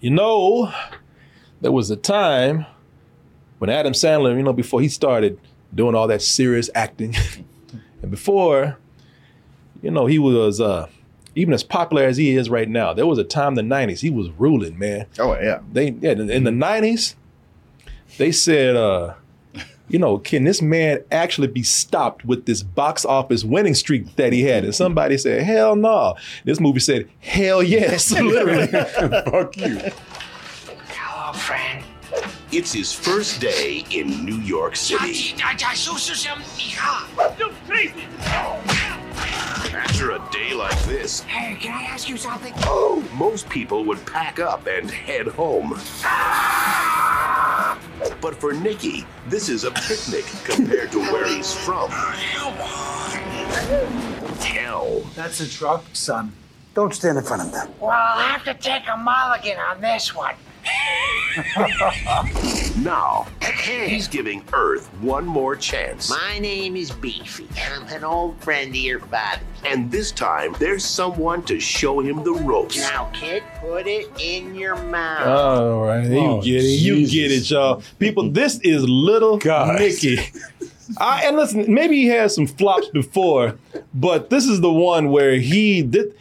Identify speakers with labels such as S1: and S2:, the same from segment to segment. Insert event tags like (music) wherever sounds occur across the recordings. S1: You know, there was a time when Adam Sandler, you know, before he started doing all that serious acting, (laughs) and before, you know, he was uh, even as popular as he is right now. There was a time in the '90s he was ruling, man.
S2: Oh yeah.
S1: They yeah, in in the '90s, they said, uh, you know, can this man actually be stopped with this box office winning streak that he had? And somebody said, hell no. This movie said, hell yes, (laughs) literally. (laughs)
S3: Fuck you.
S4: Hello, friend.
S5: It's his first day in New York City.
S4: 大家收拾行李卡。
S5: After a day like this, oh,
S4: Hey, can I ask you something?
S5: most people would pack up and head home. But for Nicky, this is a picnic compared to where he's from. Hell.
S6: That's a truck, son. Don't stand in front of them.
S4: Well, I'll have to take a mulligan on this one.
S5: Now, he's giving Earth one more chance.
S7: My name is Beefy. I'm an old friend of your father's.
S5: And this time, there's someone to show him the ropes.
S7: Now, kid, put it in your mouth.
S8: Uh.
S1: all right, you
S3: Oh,
S1: get it. You
S3: Jesus.
S1: get it, y'all. People, this is little
S3: Guys.
S1: Nicky. I, and listen, maybe he had some flops before, but this is the one where he did.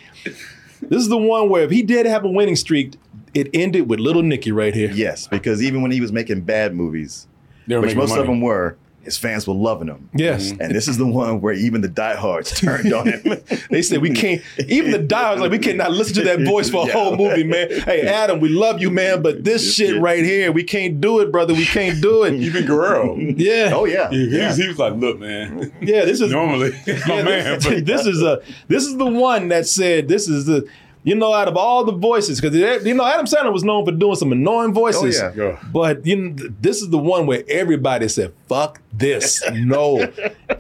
S1: This is the one where if he did have a winning streak, it ended with little Nicky right here.
S2: Yes, because even when he was making bad movies,
S3: They were
S2: which
S3: making
S2: most
S3: money.
S2: of Mm-hmm. them were, his fans were loving him.
S1: Yes.
S2: And this is the one where even the diehards (laughs) turned on him.
S1: (laughs) They said we can't. Even the diehards like we cannot listen to that voice
S2: (laughs)
S1: for a whole movie, man. Hey, Adam, we love you, man, but this shit right here, we can't do it, brother. We can't do
S2: (laughs)
S1: it.
S3: Even Guerrero. yeah,
S1: Yeah,
S2: oh yeah.
S3: he,
S2: yeah.
S3: Was, he was like, look, man.
S1: yeah. This is
S3: Normally, (laughs) my
S1: yeah,
S3: man.
S1: this, (laughs)
S3: But
S1: this is a this is the one that said this is the you know out of all the voices because you know Adam Sandler was known for doing some annoying voices.
S2: Oh,
S3: yeah.
S1: But you know, th- this is the one where everybody said, fuck
S3: (laughs)
S1: this. No.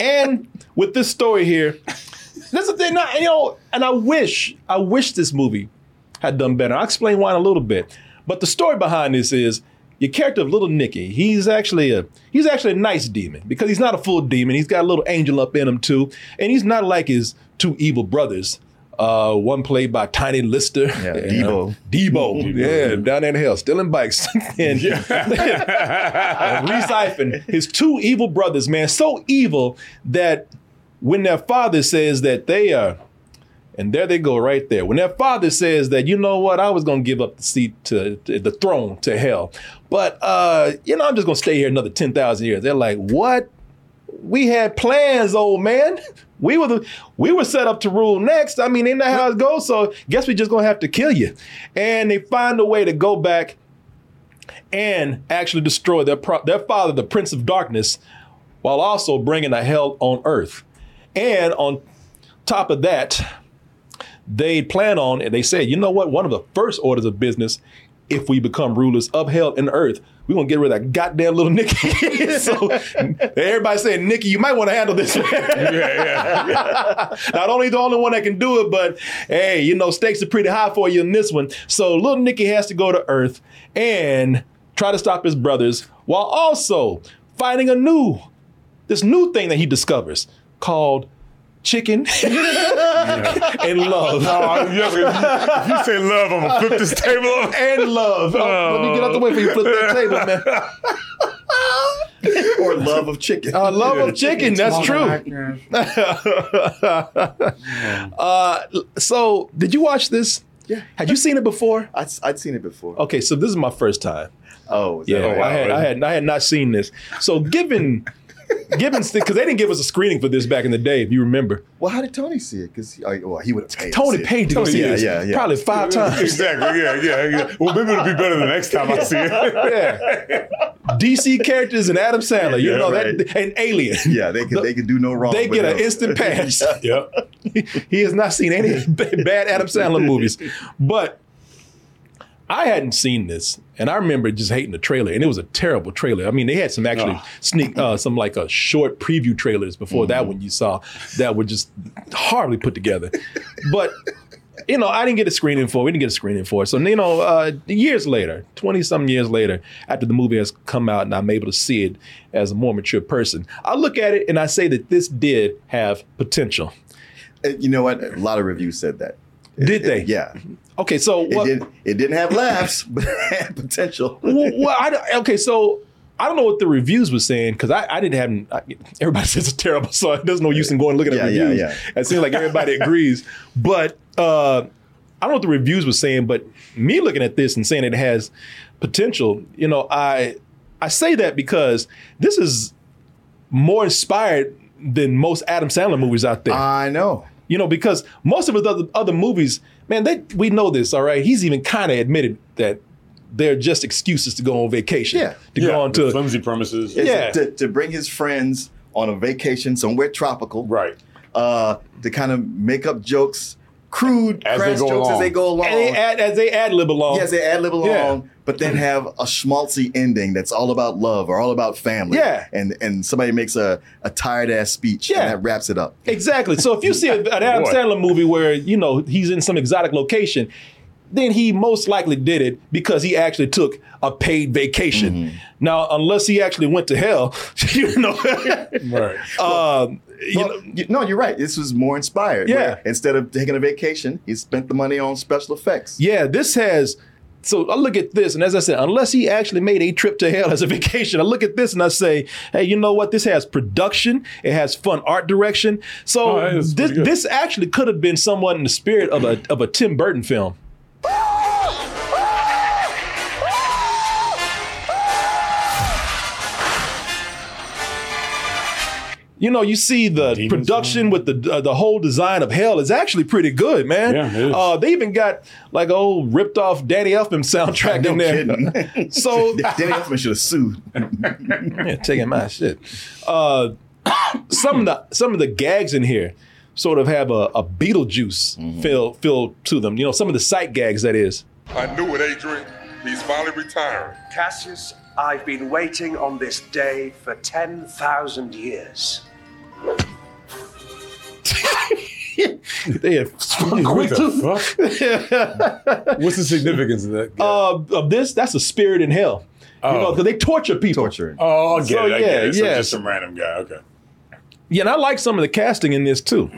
S1: and with this story here, that's the thing. Not, you know, and I wish, I wish this movie had done better. I'll explain why in a little bit. But the story behind this is your character of little Nicky, he's actually a he's actually a nice demon because he's not a full demon. He's got a little angel up in him too. And he's not like his two evil brothers. Uh, one played by Tiny Lister. (laughs)
S2: Yeah,
S1: and,
S2: Debo.
S1: uh, Debo. Yeah, down there in hell, stealing bikes. (laughs) and uh, Reese Ifen, his two evil brothers, man, so evil that when their father says that they are, and there they go right there. When their father says that, you know what, I was gonna give up the seat to, to the throne to hell, but uh, you know I'm just gonna stay here another ten thousand years. They're like, what? We had plans, old man. (laughs) We were the, we were set up to rule next. I mean, ain't that how it goes? So guess we just gonna have to kill you. And they find a way to go back and actually destroy their pro- their father, the Prince of Darkness, while also bringing a hell on earth. And on top of that, they plan on and they said, you know what? One of the first orders of business, if we become rulers of hell and earth, we're gonna get rid of that goddamn little Nicky. (laughs) so everybody saying, Nicky, you might want to handle this. (laughs) Not only the only one that can do it, but hey, you know, stakes are pretty high for you in this one. So little Nicky has to go to Earth and try to stop his brothers while also fighting a new, this new thing that he discovers called chicken (laughs) and love.
S3: Oh, you- if you say love, I'm gonna flip this
S1: (laughs)
S3: table over.
S1: And love. Oh, let me get out the way for you. Flip
S2: Oh.
S1: that table,
S2: (laughs)
S1: man.
S2: Or love of chicken.
S1: Uh, love of chicken. That's true. (laughs) Uh, So, did you watch this? Yeah. Had you seen it before?
S2: I'd, I'd seen it before.
S1: Okay, so this is my first time.
S2: Oh, is that
S1: Yeah,
S2: right?
S1: I had I had I had not seen this. So given (laughs) given because they didn't give us a screening for this back in the day, if you remember.
S2: Well, how did Tony see it? Because well, he would have paid. to see
S1: Tony
S2: it.
S1: paid to go
S2: Tony-
S1: see
S2: yeah,
S1: this
S2: Yeah, yeah,
S1: probably
S2: (laughs)
S1: five times.
S3: Exactly. Yeah, yeah, yeah. Well, maybe it'll be better the next time I see it.
S1: (laughs) Yeah. DC characters and Adam Sandler, you
S2: Yeah,
S1: know that
S2: right.
S1: and Alien.
S2: Yeah, they could they could do no wrong.
S1: They
S2: with
S1: get an
S2: him. (laughs)
S1: instant pass.
S3: Yep.
S1: he has not seen any b- bad Adam Sandler movies. But I hadn't seen this, and I remember just hating the trailer, and it was a terrible trailer. I mean, they had some actually
S2: Ah.
S3: Ugh.
S1: sneak uh, some like uh, short preview trailers before
S2: Mm-hmm.
S1: that one you saw that were just horribly put together. But you know, I didn't get a screening for. it. We didn't get a screening for. it. So you know, uh, years later, twenty some years later, after the movie has come out and I'm able to see it as a more mature person, I look at it and I say that this did have potential.
S2: Uh, You know what? A lot of reviews said that.
S1: Did they?
S2: Yeah.
S1: Okay, so
S2: It
S1: what?
S2: didn't. It didn't have laughs, (laughs) but it had potential.
S1: well, well, I don't- okay, so I don't know what the reviews were saying because I, I didn't have. I, everybody (laughs) says it's terrible, so there's no use in going looking at
S2: Yeah, yeah,
S1: reviews.
S2: yeah.
S1: It seems like everybody (laughs) agrees, but uh, I don't know what the reviews were saying. But me looking at this and saying it has potential, you know, I I say that because this is more inspired than most Adam Sandler movies out there.
S2: I know.
S1: You know, because most of his other, other movies, man, they we know this, all right. He's even kind of admitted that they're just excuses to go on vacation,
S2: Yeah.
S1: to go on
S3: the
S1: to
S3: flimsy premises.
S2: It's
S1: Yeah.
S2: To, to bring his friends on a vacation somewhere tropical.
S3: Right.
S2: Uh, to kind of make up jokes, crude
S3: As they
S2: crass
S3: go
S2: jokes
S3: along.
S2: as they go along.
S1: and they ad, as they ad lib along.
S2: Yes, they ad lib along,
S1: Yeah.
S2: but then have a schmaltzy ending that's all about love or all about family.
S1: Yeah.
S2: And and somebody makes a, a tired ass speech
S1: Yeah.
S2: and that wraps it up.
S1: Exactly. So if you
S3: (laughs)
S1: see a- an Adam
S3: Boy.
S1: Sandler movie where you know he's in some exotic location, then he most likely did it because he actually took a paid vacation.
S3: Mm-hmm.
S1: Now, unless he actually went to hell, (laughs) you know, (laughs)
S3: Right.
S1: um, you
S2: Well,
S1: know,
S2: you- no, you're right. This was more inspired.
S1: Yeah.
S2: where Instead of taking a vacation, he spent the money on special effects.
S1: Yeah, this has. So I look at this, and as I said, unless he actually made a trip to hell as a (laughs) vacation, I look at this and I say, hey, you know what? This has production. It has fun art direction. So
S3: Oh, that is
S1: this
S3: pretty good.
S1: this actually could have been somewhat in the spirit of a of a Tim Burton film. You know, you see the
S3: Demons
S1: production with the uh, the whole design of hell is actually pretty good, man.
S3: Yeah, it is.
S1: Uh, they even got like a old ripped off Danny Elfman (laughs) soundtrack
S2: No
S1: in there. (laughs)
S2: kidding. (laughs)
S1: So
S2: Danny Elfman should have sued.
S1: (laughs) yeah, taking my shit. Uh, (coughs) some of the some of the gags in here sort of have a, a Beetlejuice
S2: Mm-hmm.
S1: feel feel to them. You know, some of the sight gags that is.
S9: I knew it, Adrian. He's finally retiring.
S10: Cassius, I've been waiting on this day for 10,000 years.
S1: (laughs) They have
S3: What the
S1: (laughs)
S3: fuck? What's the significance of that?
S1: uh, of this. That's a spirit in hell. You know,
S3: Oh.
S1: because they torture people.
S2: Torturing.
S3: oh, I get
S1: so,
S3: it. I get
S1: yeah,
S3: it. So
S1: yeah.
S3: just some random
S1: (laughs)
S3: guy. Okay.
S1: Yeah, and I like some of the casting in this too.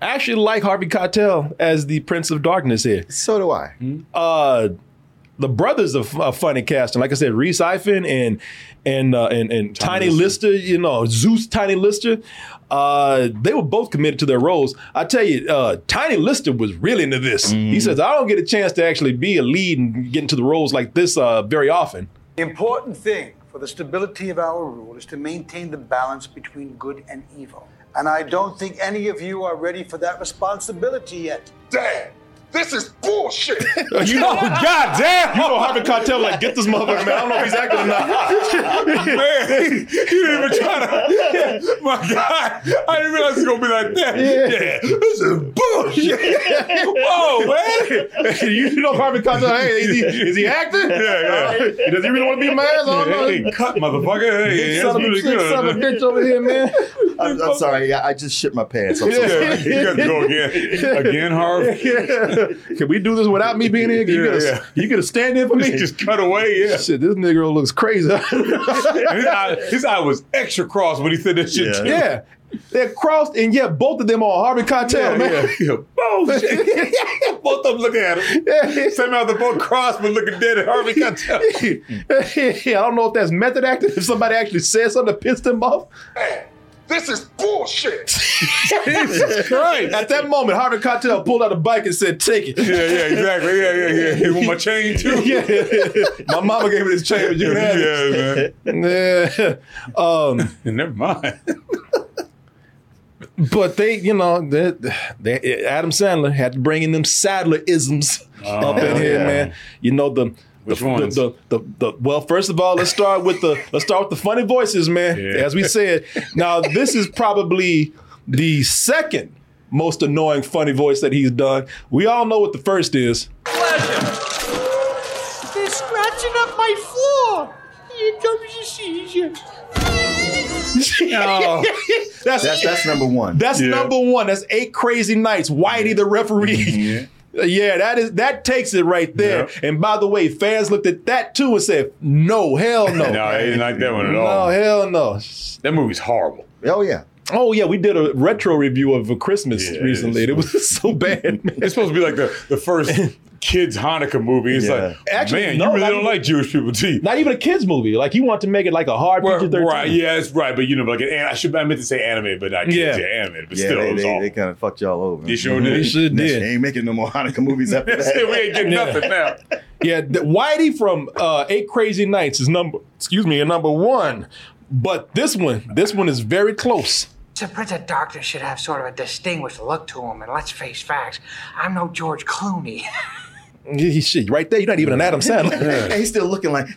S1: I actually like Harvey Keitel as the Prince of Darkness here.
S2: So do I.
S1: Uh, the brothers are, f- are funny casting. Like I said, Reese Ifen and and uh, and, and Tiny, Lister. you know Zeus Tiny Lister. Uh, they were both committed to their roles. I tell you, uh, Tiny Lister was really into this. He says, "I don't get a chance to actually be a lead and get into the roles like this uh, very often."
S6: The important thing for the stability of our rule is to maintain the balance between good and evil. And I don't think any of you are ready for that responsibility yet.
S9: Dad, this is bullshit.
S1: (laughs) You
S3: Oh,
S1: know, God damn! You
S3: (laughs)
S1: know, Harvey Keitel like get this motherfucker, man. I don't know if he's acting or not. (laughs)
S3: Man, you didn't even try to. (laughs) My God, I didn't realize it's gonna be like that. Yeah, this is
S1: (laughs)
S3: bullshit. Whoa, man.
S1: you know Harvey Keitel. Hey, is he, is he acting?
S3: Yeah, yeah.
S1: Does he really want to be mad? I don't know.
S3: Hey, cut, motherfucker. Hey, that's really
S1: Son of a
S3: good.
S1: bitch over here, man.
S2: I'm, I'm sorry. I, I just shit my pants. I'm so sorry.
S3: Yeah, you got to go
S1: (laughs)
S3: again, again, Harv. (laughs)
S1: Can we do this without me being here? Can you,
S3: Yeah,
S1: get a,
S3: yeah.
S1: you get a stand in for me?
S3: Just cut away. Yeah,
S1: (laughs) Shit, this nigga looks crazy. (laughs)
S3: And his, eye, his eye was extra cross when he said that shit.
S2: Yeah.
S3: too.
S1: yeah. They're crossed, and yet both of them are Harvey Keitel,
S3: Yeah,
S1: man.
S3: (laughs) yeah, yeah. Bullshit. Both of them looking at him.
S1: Yeah. (laughs)
S3: Same out the both cross, but looking dead at Harvey Keitel.
S1: I don't know if that's method acting, if somebody actually said something that pissed him off.
S9: Dad, this is bullshit.
S3: (laughs) Jesus Christ.
S1: At that moment, Harvey Keitel pulled out a bike and said, Take it.
S3: (laughs) Yeah, yeah, exactly. Yeah, yeah, yeah. He want my
S1: (laughs)
S3: chain too.
S1: My mama gave me this chain, but you can have it. (laughs)
S3: yeah, man.
S1: Yeah. Um,
S3: Never mind.
S1: Oh, But they, you know, they, they, Adam Sandler had to bring in them Sadler isms up in here,
S2: yeah.
S1: man. You know the.
S3: Which
S1: the,
S3: ones?
S1: The, the, the, the- well, first of all, let's start with the let's start with the funny voices, man.
S3: Yeah.
S1: As we said, now this is probably the second most annoying funny voice that he's done. We all know what the first is.
S8: They're scratching up my floor. Here comes a seizure.
S3: Oh,
S1: (laughs) That's
S2: That's
S1: that's,
S2: that's number one.
S3: Yeah.
S1: number one. That's eight crazy nights. Whitey the referee. (laughs) Yeah, that is that takes it right there.
S3: Mm-hmm. Yep.
S1: And by the way, fans looked at that too and said, "No, hell no,
S3: (laughs) no, I didn't like that one at
S1: no,
S3: all.
S1: hell no."
S3: That movie's horrible.
S2: oh yeah.
S1: Oh yeah, we did a retro review of a Christmas
S3: Yeah,
S1: recently. and It was (laughs) so bad.
S3: (laughs)
S1: man.
S3: It's supposed to be like the, the first
S1: (laughs)
S3: kids Hanukkah movie. It's like,
S1: Actually,
S3: man,
S1: no,
S3: you really
S1: not
S3: don't
S1: even-
S3: like Jewish people, do you?
S1: Not even a kids movie. Like you want to make it like a hard
S3: Well,
S1: picture thirteen.
S3: right, yeah, that's right. But you know, like an, an- I should I meant to say animated, but not kids,
S1: Yeah.
S3: yeah, animated. But
S2: yeah,
S3: still,
S2: they,
S3: it was
S2: they,
S3: awful. (laughs)
S2: they kind of fucked y'all over.
S3: You sure
S1: They
S3: did.
S1: sure
S2: They
S1: did.
S2: ain't making no more Hanukkah movies
S3: (laughs)
S2: after
S3: That's it,
S2: that.
S3: we ain't getting
S1: Yeah.
S3: nothing
S1: (laughs)
S3: now.
S1: Yeah, the, Whitey from uh, Eight Crazy Nights is number excuse me, number one. But this one, this one is very close.
S4: To print a doctor should have sort of a distinguished look to him, and let's face facts, I'm no George Clooney.
S1: He, shit, right there, you're not even an Adam Sandler.
S2: And he's still looking like, (laughs)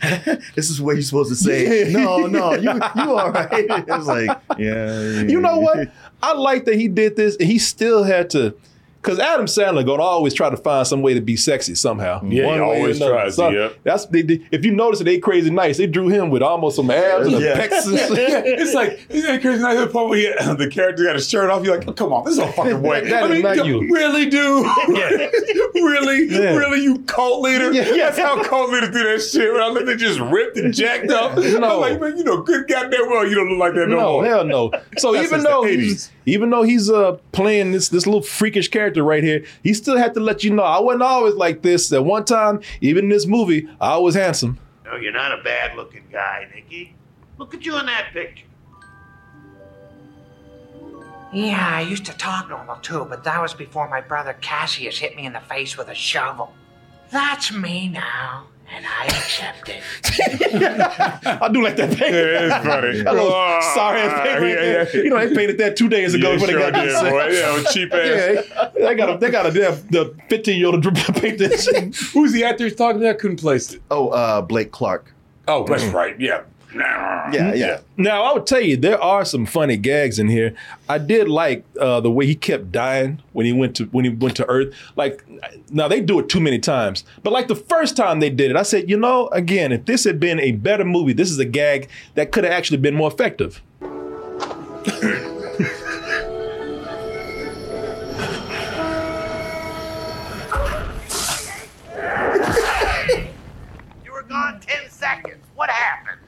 S2: this is what you're supposed to say. No, no, you you all right. (laughs) It was like, yeah.
S1: you know
S3: (laughs)
S1: what? I like that he did this, and he still had to. Cause Adam Sandler gonna always try to find some way to be sexy somehow.
S3: Yeah, he
S1: way or
S3: always
S1: another.
S3: tries to, yep.
S1: That's they, they- if you notice it, eight crazy nights. They drew him with almost some abs and a
S2: Yeah.
S1: pecs and
S3: (laughs)
S1: shit.
S3: it's like isn't it crazy? Now the part where he- (laughs) the character got his shirt off. You're like, oh, come on, this is a fucking
S1: (laughs)
S3: way.
S1: That is not you.
S3: really, dude? (laughs) really,
S1: Yeah.
S3: really, you cult leader?
S1: Yeah.
S3: That's how cult leaders do that shit. When I look, they just ripped and jacked up.
S1: No.
S3: I'm like, man, you know, good goddamn well, you don't look
S1: (laughs)
S3: like that no,
S1: No,
S3: more.
S1: hell no. So
S3: That's
S1: even
S3: since the
S1: though
S3: 80s.
S1: he's, even though he's uh playing this this little freakish character right here, he still had to let you know I wasn't always like this. At one time, even in this movie, I was handsome.
S7: No, you're not a bad looking guy, Nicky. Look at you in that picture.
S4: Yeah, I used to talk normal too, but that was before my brother Cassius hit me in the face with a shovel. That's me now, and I accept it.
S1: I do like that
S3: (laughs) Yeah,
S1: painting. (laughs)
S3: it's funny.
S1: That little sorry ass painting right
S3: yeah,
S1: there. You know they painted that two days ago
S3: yeah,
S1: before
S3: sure
S1: they got
S3: did,
S1: this. (laughs)
S3: boy. Yeah, with cheap ass.
S1: Yeah, they got a they got a damn the fifteen year old to paint that shit.
S3: Who's the actor he's talking to? I couldn't place it.
S2: (laughs) Oh, uh, Blake Clark.
S3: Oh, that's
S1: Mm.
S3: right. Yeah. (laughs)
S1: Mm-hmm.
S2: Yeah, yeah.
S1: Now I would tell you there are some funny gags in here. I did like uh, the way he kept dying when he went to when he went to Earth. Like now they do it too many times, but like the first time they did it, I said, you know, again, if this had been a better movie, this is a gag that could have actually been more (laughs) effective.
S7: You were gone 10 seconds. What happened?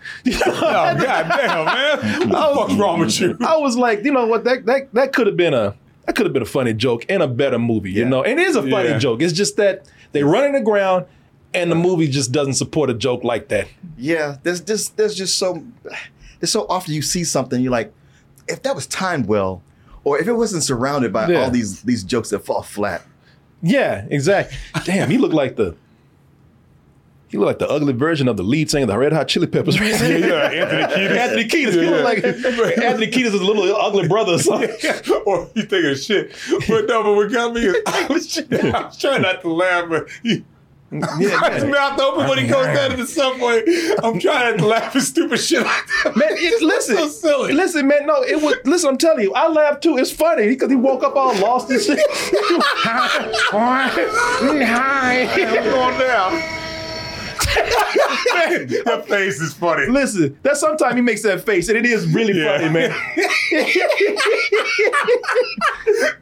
S3: Oh, goddamn, man.
S1: Oh.
S3: What the fuck's wrong
S1: (laughs)
S3: with you?
S1: I was like, you know what, that that that could have been a that could have been a funny joke and a better movie, you know. And it is a funny
S3: Yeah.
S1: joke. It's just that they run in the ground and the movie just doesn't support a joke like that.
S2: Yeah, there's just there's just so there's so often you see something you're like, if that was timed well, or if it wasn't surrounded by
S1: Yeah.
S2: all these these jokes that fall flat.
S1: Yeah, exactly. Damn, he looked like the he looked like the ugly version of the lead singer of the Red Hot Chili Peppers. Right?
S3: Yeah,
S1: (laughs)
S3: Anthony
S1: Anthony
S3: Kiedis.
S1: Kiedis. He looked
S3: (laughs)
S1: like Anthony Kiedis is a little ugly brother or something. (laughs)
S3: or you think of shit. But no, but what got me is I was, (laughs) I was trying not to laugh, but he got his mouth open when he goes down to the subway. I'm trying not to laugh at stupid shit like
S1: (laughs)
S3: that.
S1: Man, it, listen,
S3: so silly.
S1: listen, man. No, it was. Listen, I'm telling you, I laughed too. It's funny because he woke up all lost and shit.
S3: (laughs) What's going down? Man, your face is funny.
S1: listen, that sometimes he makes that face, and it is really
S3: Yeah.
S1: funny, (laughs)
S3: (laughs)
S1: man.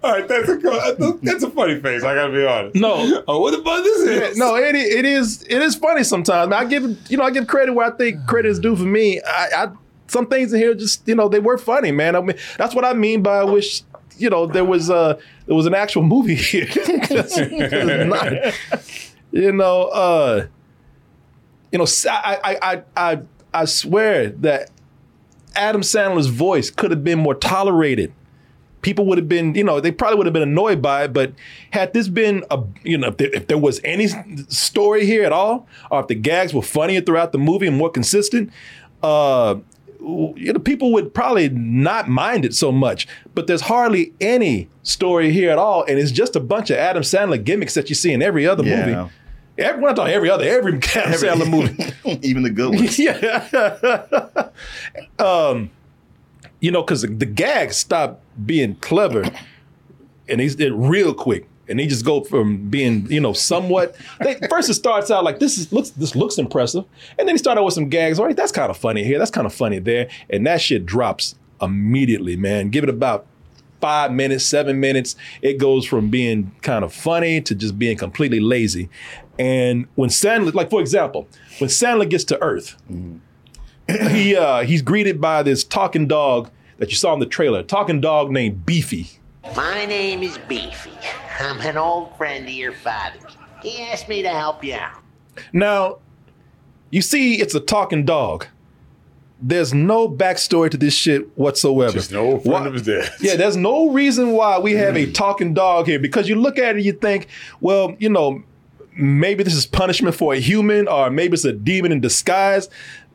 S3: All right, that's a that's a funny face. I gotta be honest.
S1: No.
S3: oh, what about this is?
S1: No, it, i- it is it is funny sometimes. I give you know I give credit where I think credit is due for me. I, I some things in here just you know they were funny, man. I mean that's what I mean by I wish you know there was uh there was an actual movie here. (laughs) 'Cause it's not. you know, uh, you know, s- I I I- I I swear that Adam Sandler's voice could have been more tolerated. People would have been, you know, they probably would have been annoyed by it. But had this been a, you know, if there, if there was any s- story here at all, or if the gags were funnier throughout the movie and more consistent, uh, w- you know, people would probably not mind it so much. But there's hardly any story here at all, and it's just a bunch of Adam Sandler gimmicks that you see in every other
S2: Yeah. (laughs)
S1: movie. Everyone, I thought every other, every (laughs) Adam Sandler movie
S2: Even the good
S1: (laughs)
S2: ones.
S1: yeah. um, you know, because the, the gags stop being clever, and he's it real quick, and they just go from being you know somewhat. They, first, it starts out like this is looks this looks impressive, and then he start out with some gags. All right, that's kind of funny here, that's kind of funny there, and that shit drops immediately, man. Give it about. Five minutes, seven minutes, it goes from being kind of funny to just being completely lazy. And when Sandler, like for example,
S3: Mm-hmm.
S1: when Sandler gets to Earth, he uh, he's greeted by this talking dog that you saw in the trailer, a talking dog named Beefy.
S7: My name is Beefy. I'm an old friend of your father's. He asked me to help you out.
S1: Now, you see, it's a talking dog. There's no backstory to this shit whatsoever.
S3: Just an old friend of his dad.
S1: Yeah, there's no reason why we have a talking dog here because you look at it, you think, well, you know, maybe this is punishment for a human or maybe it's a demon in disguise.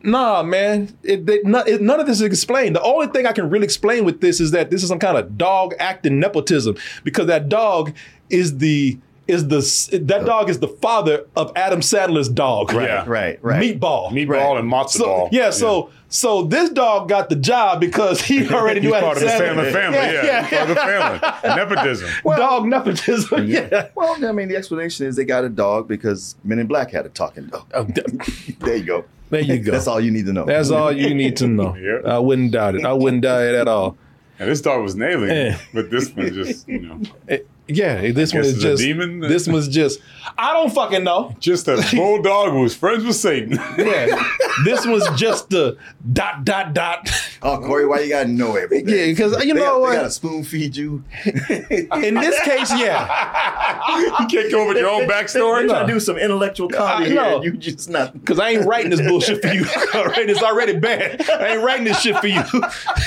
S1: Nah, man, it, they- no- it- none of this is explained. The only thing I can really explain with this is that this is some kind of dog acting nepotism because that dog is the is the s- that dog is the father of Adam Sandler's dog,
S3: Right, Yeah.
S2: right, right.
S1: Meatball,
S3: Meatball and matzo
S1: So,
S3: ball.
S1: Yeah, so so this dog got the job because (laughs) he already knew
S3: He's
S1: Adam
S3: part of the
S1: Sandler.
S3: Sandler family. Yeah, he's
S1: (laughs)
S3: part of the family. Nepotism.
S1: dog (laughs) nepotism. Yeah.
S2: Well, I mean, the explanation is they got a dog because Men in Black had a talking dog. (laughs) there you go.
S1: Oh, There you go.
S2: That's all you need to know.
S1: That's all you need to (laughs) know.
S3: Yep.
S1: I wouldn't doubt it. I wouldn't doubt it at all.
S3: And this dog was nailing it,
S1: Yeah.
S3: but this one just, you know,
S1: Yeah, this
S3: I
S1: one
S3: guess
S1: is
S3: it's a
S1: just
S3: demon?
S1: this one's just I don't fucking know.
S3: just a bulldog who was friends with Satan. (laughs)
S1: (laughs) Yeah. this was just the dot dot dot.
S2: Oh, Corey, why you gotta know everything?
S1: Yeah, because you
S2: They
S1: know
S2: got-
S1: what?
S2: They gotta spoon feed you.
S1: In this case, yeah.
S3: you can't come up with
S1: (laughs)
S3: your own backstory.
S1: No.
S2: do some intellectual comedy
S1: I know.
S2: here, and You just not.
S1: Cause I ain't writing this bullshit for you. (laughs) already. It's already bad. I ain't writing this shit for you.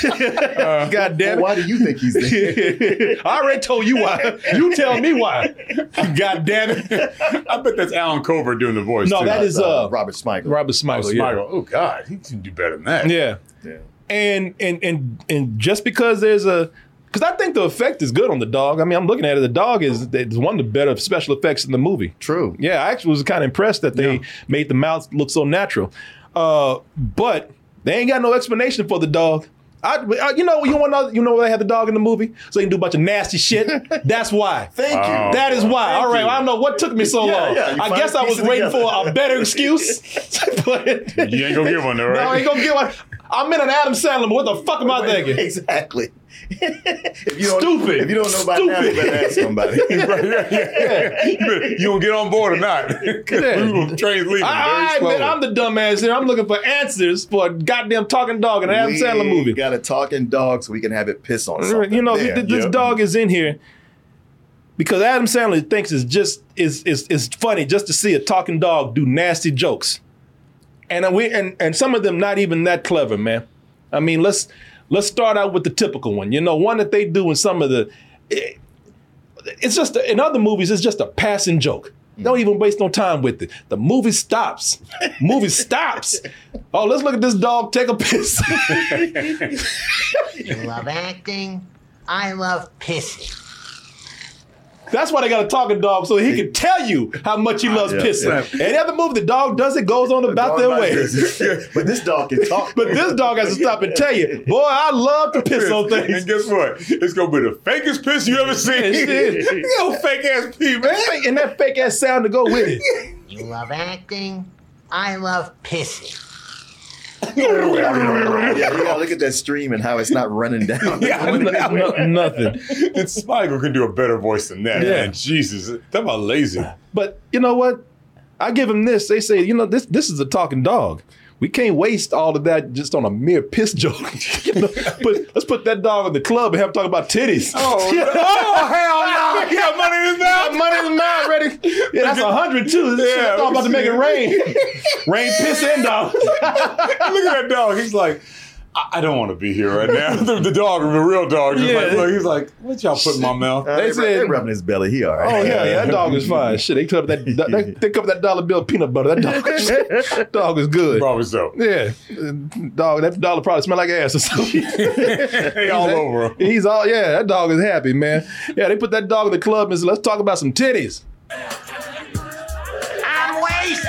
S1: (laughs) God damn
S2: Well,
S1: it.
S2: why do you think
S1: (laughs)
S2: he's there?
S1: I already told you why. You tell me why. God damn it.
S3: (laughs) I bet that's Alan Covert doing the voice.
S1: No,
S3: too.
S1: that is uh,
S2: Robert Smigel.
S1: Robert Smigel.
S3: Michael.
S1: yeah.
S3: Oh God, he can do better than that.
S1: Yeah.
S2: Yeah.
S1: And and and and just because there's a because I think the effect is good on the dog. I mean, I'm looking at it. The dog is is one of the better special effects in the movie.
S2: True.
S1: Yeah, I actually was kind of impressed that they made the mouth look so natural. Uh, but they ain't got no explanation for the dog. I, I- you know, you want to know, you know why they have the dog in the movie so they can do a bunch of nasty (laughs) shit. That's why.
S2: Thank you.
S3: Wow.
S1: That is why.
S2: Thank
S1: All right,
S2: you.
S1: well, I don't know what took me so
S2: Yeah,
S1: long.
S2: yeah, you
S1: I
S2: finally
S1: guess I was
S2: pieced it
S1: waiting
S2: together.
S1: for a (laughs) better excuse. but
S3: You ain't gonna get one though,
S1: (laughs)
S3: right?
S1: no, I ain't gonna get one. I'm in an Adam Sandler. but What the fuck am I
S2: Wait,
S1: thinking?
S2: Exactly. if you don't,
S1: Stupid.
S2: If you don't know about
S1: Stupid.
S2: that, you better
S1: (laughs)
S2: ask somebody.
S3: Right, yeah, yeah. You better- (laughs) you gonna get on board or not? (laughs) 'Cause
S1: Yeah.
S3: we will train leaving very
S1: I, I
S3: slowly.
S1: admit I'm the dumbass here. I'm looking for answers for a goddamn talking dog in an Adam
S2: We
S1: Sandler movie.
S2: Got a talking dog so we can have it piss on something.
S1: You know,
S2: There.
S1: th- this
S3: Yep.
S1: dog is in here because Adam Sandler thinks it's just is is is funny just to see a talking dog do nasty jokes, and we and and some of them not even that clever, man. I mean, let's let's start out with the typical one. You know, one that they do in some of the. it- it's just in other movies, it's just a passing joke. Don't even waste no time with it. The movie stops. (laughs) movie stops. Oh, let's look at this dog take a piss. (laughs)
S7: You love acting. I love pissing.
S1: That's why they got a talking dog so he can tell you how much he loves
S2: Ah, Yeah,
S1: pissing. Any other movie the dog does it goes on about
S2: Dog
S1: their
S2: like
S1: way.
S3: (laughs)
S2: this. but this dog can talk.
S1: (laughs) But this dog has to stop and tell you, boy, I love to piss on things.
S3: And guess what? It's gonna be the fakest piss you ever seen.
S1: It is.
S3: you (laughs) know, fake ass pee, man.
S1: And (laughs) that fake ass sound to go with
S2: (laughs)
S1: it.
S7: You love acting. I love pissing.
S2: yeah, you gotta look at that stream and how it's not running down.
S1: No- nothing.
S3: And Smigel can do a better voice than that.
S1: Yeah.
S3: Man. Jesus, talk about lazy.
S1: But you know what? I give him this. They say, you know, this this is a talking dog. We can't waste all of that just on a mere piss joke. (laughs) You know, but let's put that dog in the club and have him talk about titties.
S3: (laughs)
S1: (laughs)
S3: Oh, no. Oh, hell no! You got (laughs) money in his mouth.
S1: Money is mine ready. Yeah, that's a hundred too. This shit,
S3: Yeah,
S1: I thought about to make it
S2: (laughs)
S1: rain. rain, piss, and dog. (laughs)
S3: (laughs) Look at that dog. He's like, I, I don't want to be here right now. (laughs) the, the dog, the real dog, just
S1: Yeah.
S3: like, look, he's like, what y'all put
S1: (laughs)
S3: in my mouth?
S2: Uh, they,
S1: said-
S2: said, they rubbing his belly. He all
S1: Oh
S2: (laughs) right.
S1: yeah, yeah, that dog is fine. Shit, they covered that. that- they, they covered that dollar bill with peanut butter. That dog, that dog is good.
S3: Probably so.
S1: Yeah, Uh, dog. That dollar probably smell like ass or something.
S3: Hey, all over him.
S1: (laughs) He's all yeah. That dog is happy, man. Yeah, they put that dog in the club and said, "Let's talk about some titties."
S7: I'm wasted.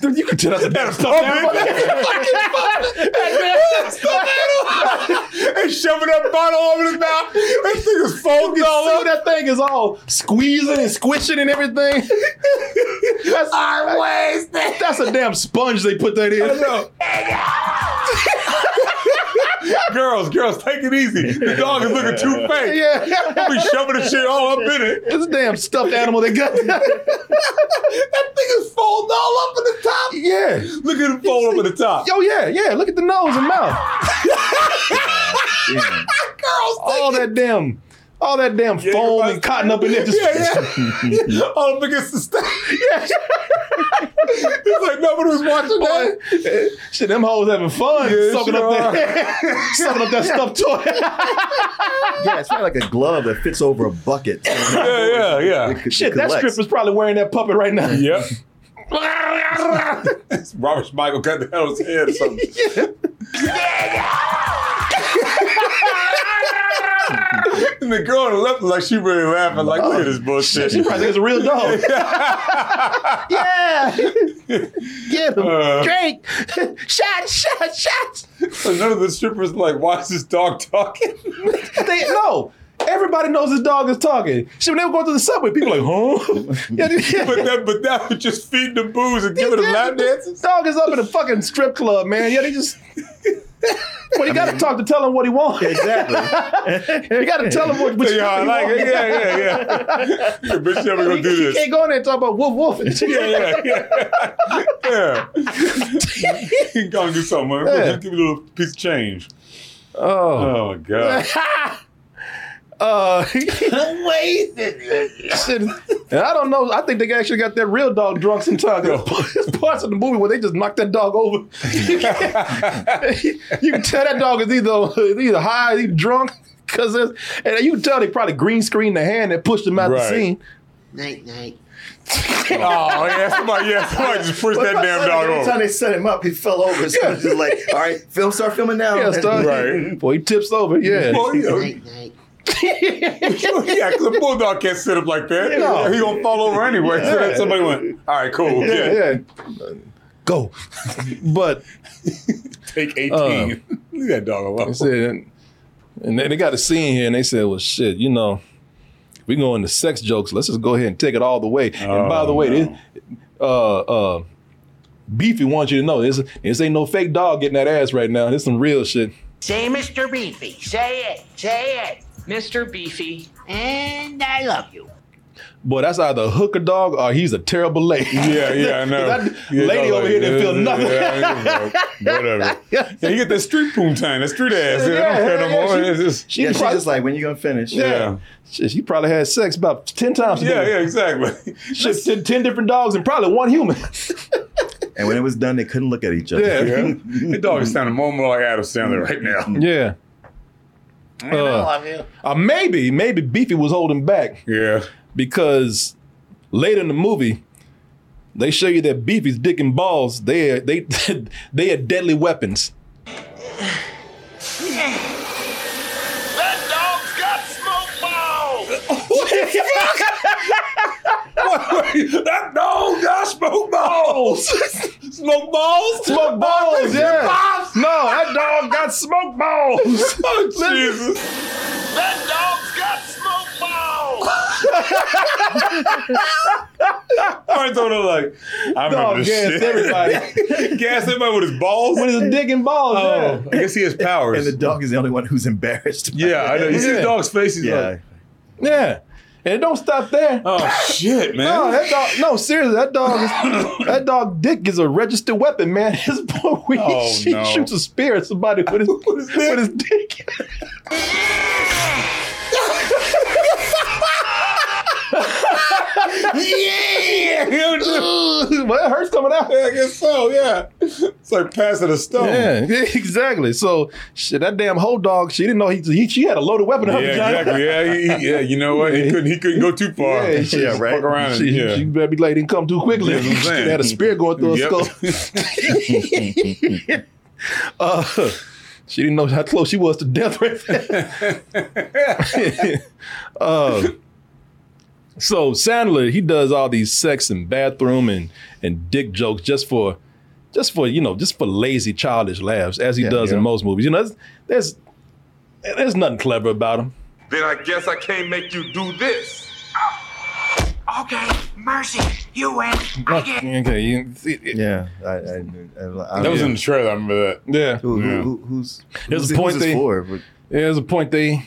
S1: Dude, you can tell that's a damn stuffed animal. (laughs)
S3: And shoving that bottle over his mouth. This thing is
S1: You
S3: foaming all
S1: can see
S3: over.
S1: that thing is all squeezing and squishing and everything. That's,
S7: I'm wasted.
S1: that's a damn sponge they put that in.
S3: Girls, girls, take it easy. The dog is looking too (laughs) fake.
S1: Yeah.
S3: We'll be shoving the shit all up in it.
S1: It's a damn stuffed animal they got.
S3: (laughs) That thing is folding all up in the top.
S1: yeah. Oh,
S3: Look at him fold up in the top. (laughs)
S1: Yo, yeah, yeah. Look at the nose and mouth. Yeah. all that damn, all that damn foam and cotton up in there. Just
S3: yeah, yeah. (laughs) all up against the stage. Yeah. it's like nobody was watching that.
S1: (laughs) shit, them hoes having fun
S3: Yeah,
S1: sucking
S3: sure
S1: up that, (laughs) sucking up that stuffed toy. (laughs)
S2: Yeah, it's probably like a glove that fits over a
S3: (laughs)
S2: bucket.
S3: Yeah, yeah, yeah.
S1: shit, that stripper's probably wearing that puppet right now.
S3: Yep.
S1: (laughs)
S3: It's Robert Schmeichel cut the hell's head or (laughs) something. and the girl on the left was like, she really laughing. Like, look at this bullshit.
S1: She probably thinks it's a real dog. (laughs) yeah, get him,
S3: Uh.
S1: Drake. shot, shot, shot.
S3: so none of the strippers like, why is this dog talking? (laughs)
S1: They no. Everybody knows this dog is talking. Shit, when they were going to the subway, people like, huh? Yeah, yeah.
S3: but that, but that was just feeding them booze and giving them lap dances.
S1: Dog is up in a fucking strip club, man. Yeah, they just. well, you gotta talk to tell him what he wants.
S2: Exactly.
S1: (laughs) You gotta tell him what, what
S3: Yeah,
S1: you
S3: I
S1: really
S3: like
S1: want.
S3: it. Yeah, yeah, yeah. (laughs) yeah bitch, never gonna
S1: You
S3: do this.
S1: can't go in there and talk about woof woof. and shit.
S3: Yeah, yeah, yeah. yeah. you can (laughs) go and do something. man.
S1: Yeah.
S3: Give me a little piece of change.
S1: Oh.
S3: Oh my god.
S1: (laughs) Uh, shit. And I don't know. I think they actually got that real dog drunk sometime. 'cause There's (laughs) parts of the movie where they just knock that dog
S3: (laughs)
S1: over. you can tell that dog is either is either high, he's drunk, cause it's, and you can tell they probably green screened the hand that pushed him out
S3: Right.
S1: the scene.
S7: Night, night.
S3: (laughs) Oh yeah, somebody, yeah, somebody just pushed that damn dog
S2: Every time
S3: over.
S2: they set him up, he fell over. So it's just like, all right, film, start filming now.
S1: Yeah, start.
S3: Right.
S1: Boy, he tips over. Yeah.
S3: Well, you know,
S7: Night, night.
S3: yeah, because a bulldog can't sit up like that.
S1: No.
S3: He gonna fall over anyway. So then somebody went, all right, cool. Yeah, Uh.
S1: yeah, yeah. Go. but
S3: take eighteen. (laughs) Leave that dog alone.
S1: I said, and they, they got a scene here, and they said, "Well, shit, you know, we going to sex jokes. Let's just go ahead and take it all the way." and by
S3: Oh,
S1: the way,
S3: no.
S1: this, uh, uh, Beefy wants you to know this. This ain't no fake dog getting that ass right now. This some real shit.
S7: Say Mr. Beefy. Say it. Say it.
S8: Mr. Beefy.
S7: And I love you.
S1: Boy, that's either a hooker dog or he's a terrible lady. (laughs)
S3: Yeah, yeah, I know.
S1: That
S3: Yeah,
S1: lady
S3: dog
S1: over here didn't feel nothing.
S3: yeah, yeah, whatever.
S1: (laughs)
S3: Yeah, you get that street poontang, that street ass. Yeah, I don't care no
S1: yeah,
S3: more.
S1: yeah,
S3: it's
S1: (laughs) (laughs)
S3: just,
S1: She
S2: Yeah, she's
S1: probably,
S2: just like, when you gonna finish?
S3: yeah.
S1: shit, she probably had sex about ten times.
S3: Yeah,
S1: today.
S3: yeah, exactly. (laughs)
S1: Shit, 10, 10 different dogs and probably one human. (laughs)
S2: And when it was done, they couldn't look at each other.
S1: Yeah.
S2: (laughs)
S3: Yeah. The dog is sounding more and more like Adam Sandler right now.
S1: yeah. Uh, uh, maybe, maybe Beefy was holding back.
S3: Yeah. (laughs)
S1: because later in the movie, they show you that Beefy's dick and balls they are, they (laughs) they are deadly (laughs) weapons.
S3: that dog got smoke balls. (laughs) smoke balls?
S1: Smoke balls, yeah. No, that dog got (laughs) smoke balls.
S3: Oh, (laughs) Jesus. That dog's got smoke balls. All right, so they're like, I remember
S1: Dog
S3: this
S1: gassed
S3: shit.
S1: everybody
S3: (laughs) gas everybody with his balls?
S1: with his dick and balls.
S3: oh, I
S1: yeah.
S3: guess he has powers.
S2: And the dog is the only one who's embarrassed. by
S3: yeah, I know. You see the
S1: Yeah.
S3: dog's face, he's
S2: it. (laughs) Yeah.
S3: like,
S1: yeah, and it don't stop there.
S3: oh, shit, man.
S1: No,
S3: (laughs)
S1: that dog. No, seriously, that dog. (coughs) Is, that dog dick is a registered weapon, man. (laughs) His boy, when (laughs) he
S3: Oh,
S1: shoot-
S3: no.
S1: shoots a spear at somebody with his, (laughs) with his, dick. (laughs) well, it hurts coming out.
S3: Yeah, I guess so. Yeah, it's like passing a stone.
S1: Yeah, (laughs) yeah, exactly. So shit, that damn whole dog. She didn't know he, he she had a loaded weapon. in
S3: Yeah,
S1: her vagina.
S3: exactly. Yeah, he, he- yeah. You know what? He couldn't. He couldn't go too far.
S1: Yeah, she-
S2: Yeah, right.
S3: Fuck around. and-
S1: She,
S3: yeah.
S1: she better be glad he didn't come too quickly.
S3: Yeah, that's what I'm
S1: she
S3: saying.
S1: had a spear going through
S3: Yep.
S1: her skull. Uh, (laughs) she didn't know how close she was to death (laughs) right there. uh, so Sandler, he does all these sex and bathroom and and dick jokes just for just for you know just for lazy childish laughs as he
S2: Yeah,
S1: does
S2: yeah.
S1: in most movies. You know, there's there's, there's nothing clever about him.
S9: Then I guess I can't make you do this.
S4: Okay, mercy, you win. I get
S1: Okay, you-
S2: (laughs) Yeah. I, I, I, I,
S3: That was
S2: yeah.
S3: in the trailer. I remember that.
S1: yeah.
S2: Who, who,
S3: Yeah.
S2: who, who's
S1: There's
S2: who's
S1: a
S2: it-
S1: point
S2: who's it
S1: they-
S2: for? But-
S1: Yeah, there's a point they.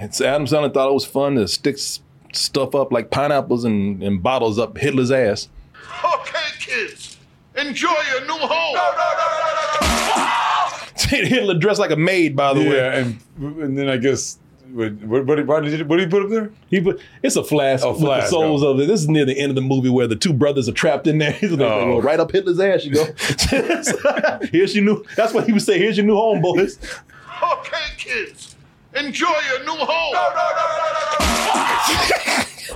S1: It's Adam Sandler thought it was fun to stick s- stuff up like pineapples and, and bottles up Hitler's ass. (laughs)
S9: Okay, kids, enjoy your new home. No, no, no, no, no, no.
S1: Hitler dressed like a maid, by the way.
S3: Yeah, and and then I guess what what, what, why did you, what did he put up there?
S1: He put it's a flask
S3: Oh,
S1: with the
S3: flask,
S1: souls of it. This is near the end of the movie where the two brothers are trapped in there. (laughs) He's like,
S3: Oh.
S1: "Well, right up Hitler's ass, you go. here's your new. That's what he would say. Here's your new home, boys.
S8: Okay, kids, enjoy your new home.
S1: (laughs)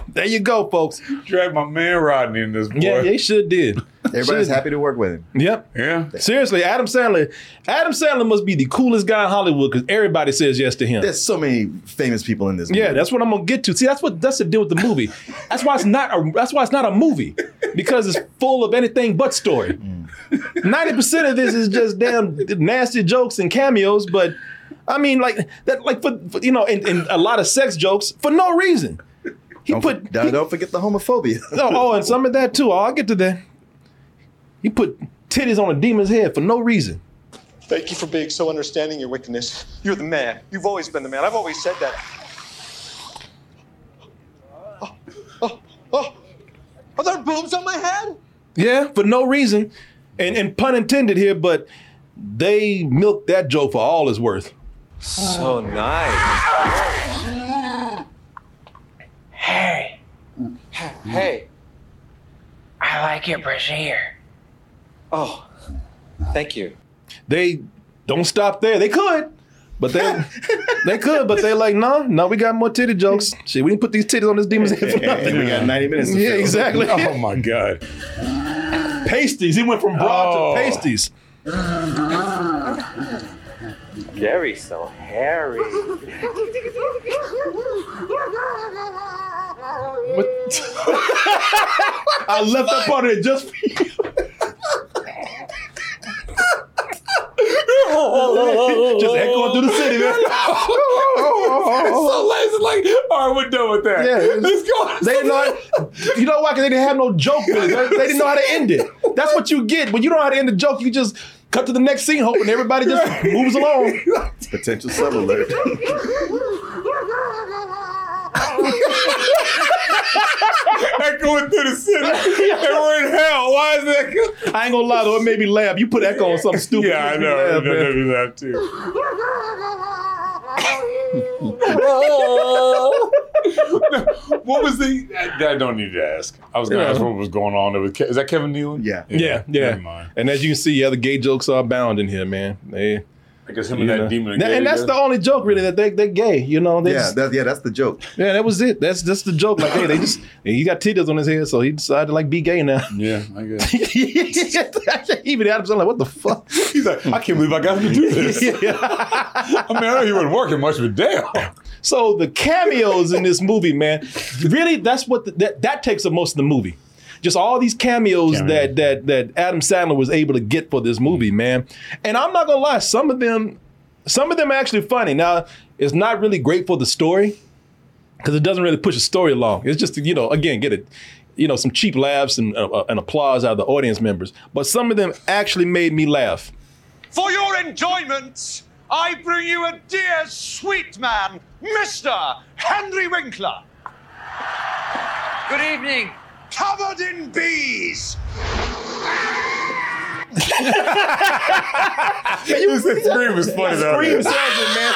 S1: There you go, folks.
S3: Drag my man Rodney in this boy.
S1: Yeah, they sure did.
S2: Everybody's
S1: Shit.
S2: happy to work with him.
S1: Yep.
S3: Yeah.
S1: Seriously, Adam Sandler. Adam Sandler must be the coolest guy in Hollywood because everybody says yes to him.
S2: There's so many famous people in this.
S1: Yeah,
S2: movie.
S1: that's what I'm gonna get to. See, that's what that's the deal with the movie. That's why it's not a that's why it's not a movie because it's full of anything but story. Ninety percent of this is just damn nasty jokes and cameos, but I mean, like that, like for, for- you know, and, and a lot of sex jokes for no reason. He
S2: don't,
S1: put
S2: don't- don't forget the homophobia.
S1: no, oh, and some of that too. Oh, I'll get to that. He put titties on a demon's head for no reason.
S11: Thank you for being so understanding your wickedness. You're the man. You've always been the man. I've always said that. Oh, oh, oh. Are there boobs on my head?
S1: Yeah, for no reason, and and pun intended here, but they milked that joke for all it's worth.
S12: So
S13: Oh,
S12: nice.
S4: Hey,
S12: Hey,
S4: I like your brassiere.
S12: oh, thank you.
S1: they don't stop there. They could, but (laughs) they they could, but they're like, no, no, we got more titty (laughs) jokes. Shit, we didn't put these titties on this demon's (laughs) head for nothing.
S2: we got 90 minutes. to
S1: Yeah,
S2: fill.
S1: exactly.
S3: Oh my God.
S1: pasties. He went from broad
S3: Oh.
S1: to pasties.
S12: Gary's so hairy.
S1: I left that part of it just for you. (laughs) just echoing through the city, man. Oh,
S3: so lazy. Like, all right, we're done with that.
S1: Yeah.
S3: Let's go.
S1: They didn't know. How, you know why? Because they didn't have no joke. With it. They, they didn't know how to end it. That's what you get when you don't know how to end a joke. You just cut to the next scene, hoping everybody (laughs) just moves along.
S2: (laughs) Potential sub alert.
S3: Echoing through the city.
S1: (laughs)
S3: and we're in hell. Why is that? good?
S1: I ain't gonna lie though, it made me laugh. You put echo on something stupid.
S3: Yeah, I
S1: it made me
S3: know.
S1: laugh,
S3: That
S1: man. (laughs)
S3: made me laugh too. (laughs) What was the? I, I don't need to ask. I was gonna
S1: Yeah.
S3: ask what was going on. There with Ke- is that Kevin Nealon?
S2: Yeah.
S1: Yeah, yeah.
S3: Never mind.
S1: And as you can see, yeah, the gay jokes are abound in here, man. They,
S3: I guess him
S1: you
S3: and that
S1: know.
S3: demon. are
S1: That-
S3: gay
S1: and that's the
S3: together.
S1: only joke really that they they're gay. You know, they
S2: Yeah,
S1: just-
S2: that, yeah, that's the joke.
S1: yeah, that was it. That's just the joke. Like, hey, they just he got titties on his head, so he decided to like be gay now. (laughs)
S3: Yeah, I guess.
S1: Even Adam's like, what the fuck? (laughs)
S3: He's like, I can't believe I got him to do this. I mean, I know he wasn't working much, but damn.
S1: So the cameos in this movie, man, really that's what the, that that takes up most of the movie. Just all these cameos that that that Adam Sandler was able to get for this movie, man. And I'm not gonna lie, some of them, some of them are actually funny. Now, it's not really great for the story because it doesn't really push the story along. It's just to, you know, again, get it, you know, some cheap laughs and uh, uh, and applause out of the audience members. But some of them actually made me laugh.
S11: For your enjoyment, I bring you a dear, sweet man, Mr. Henry Winkler.
S8: Good evening.
S11: Covered in bees.
S3: That scream was funny though.
S1: Scream says it, man.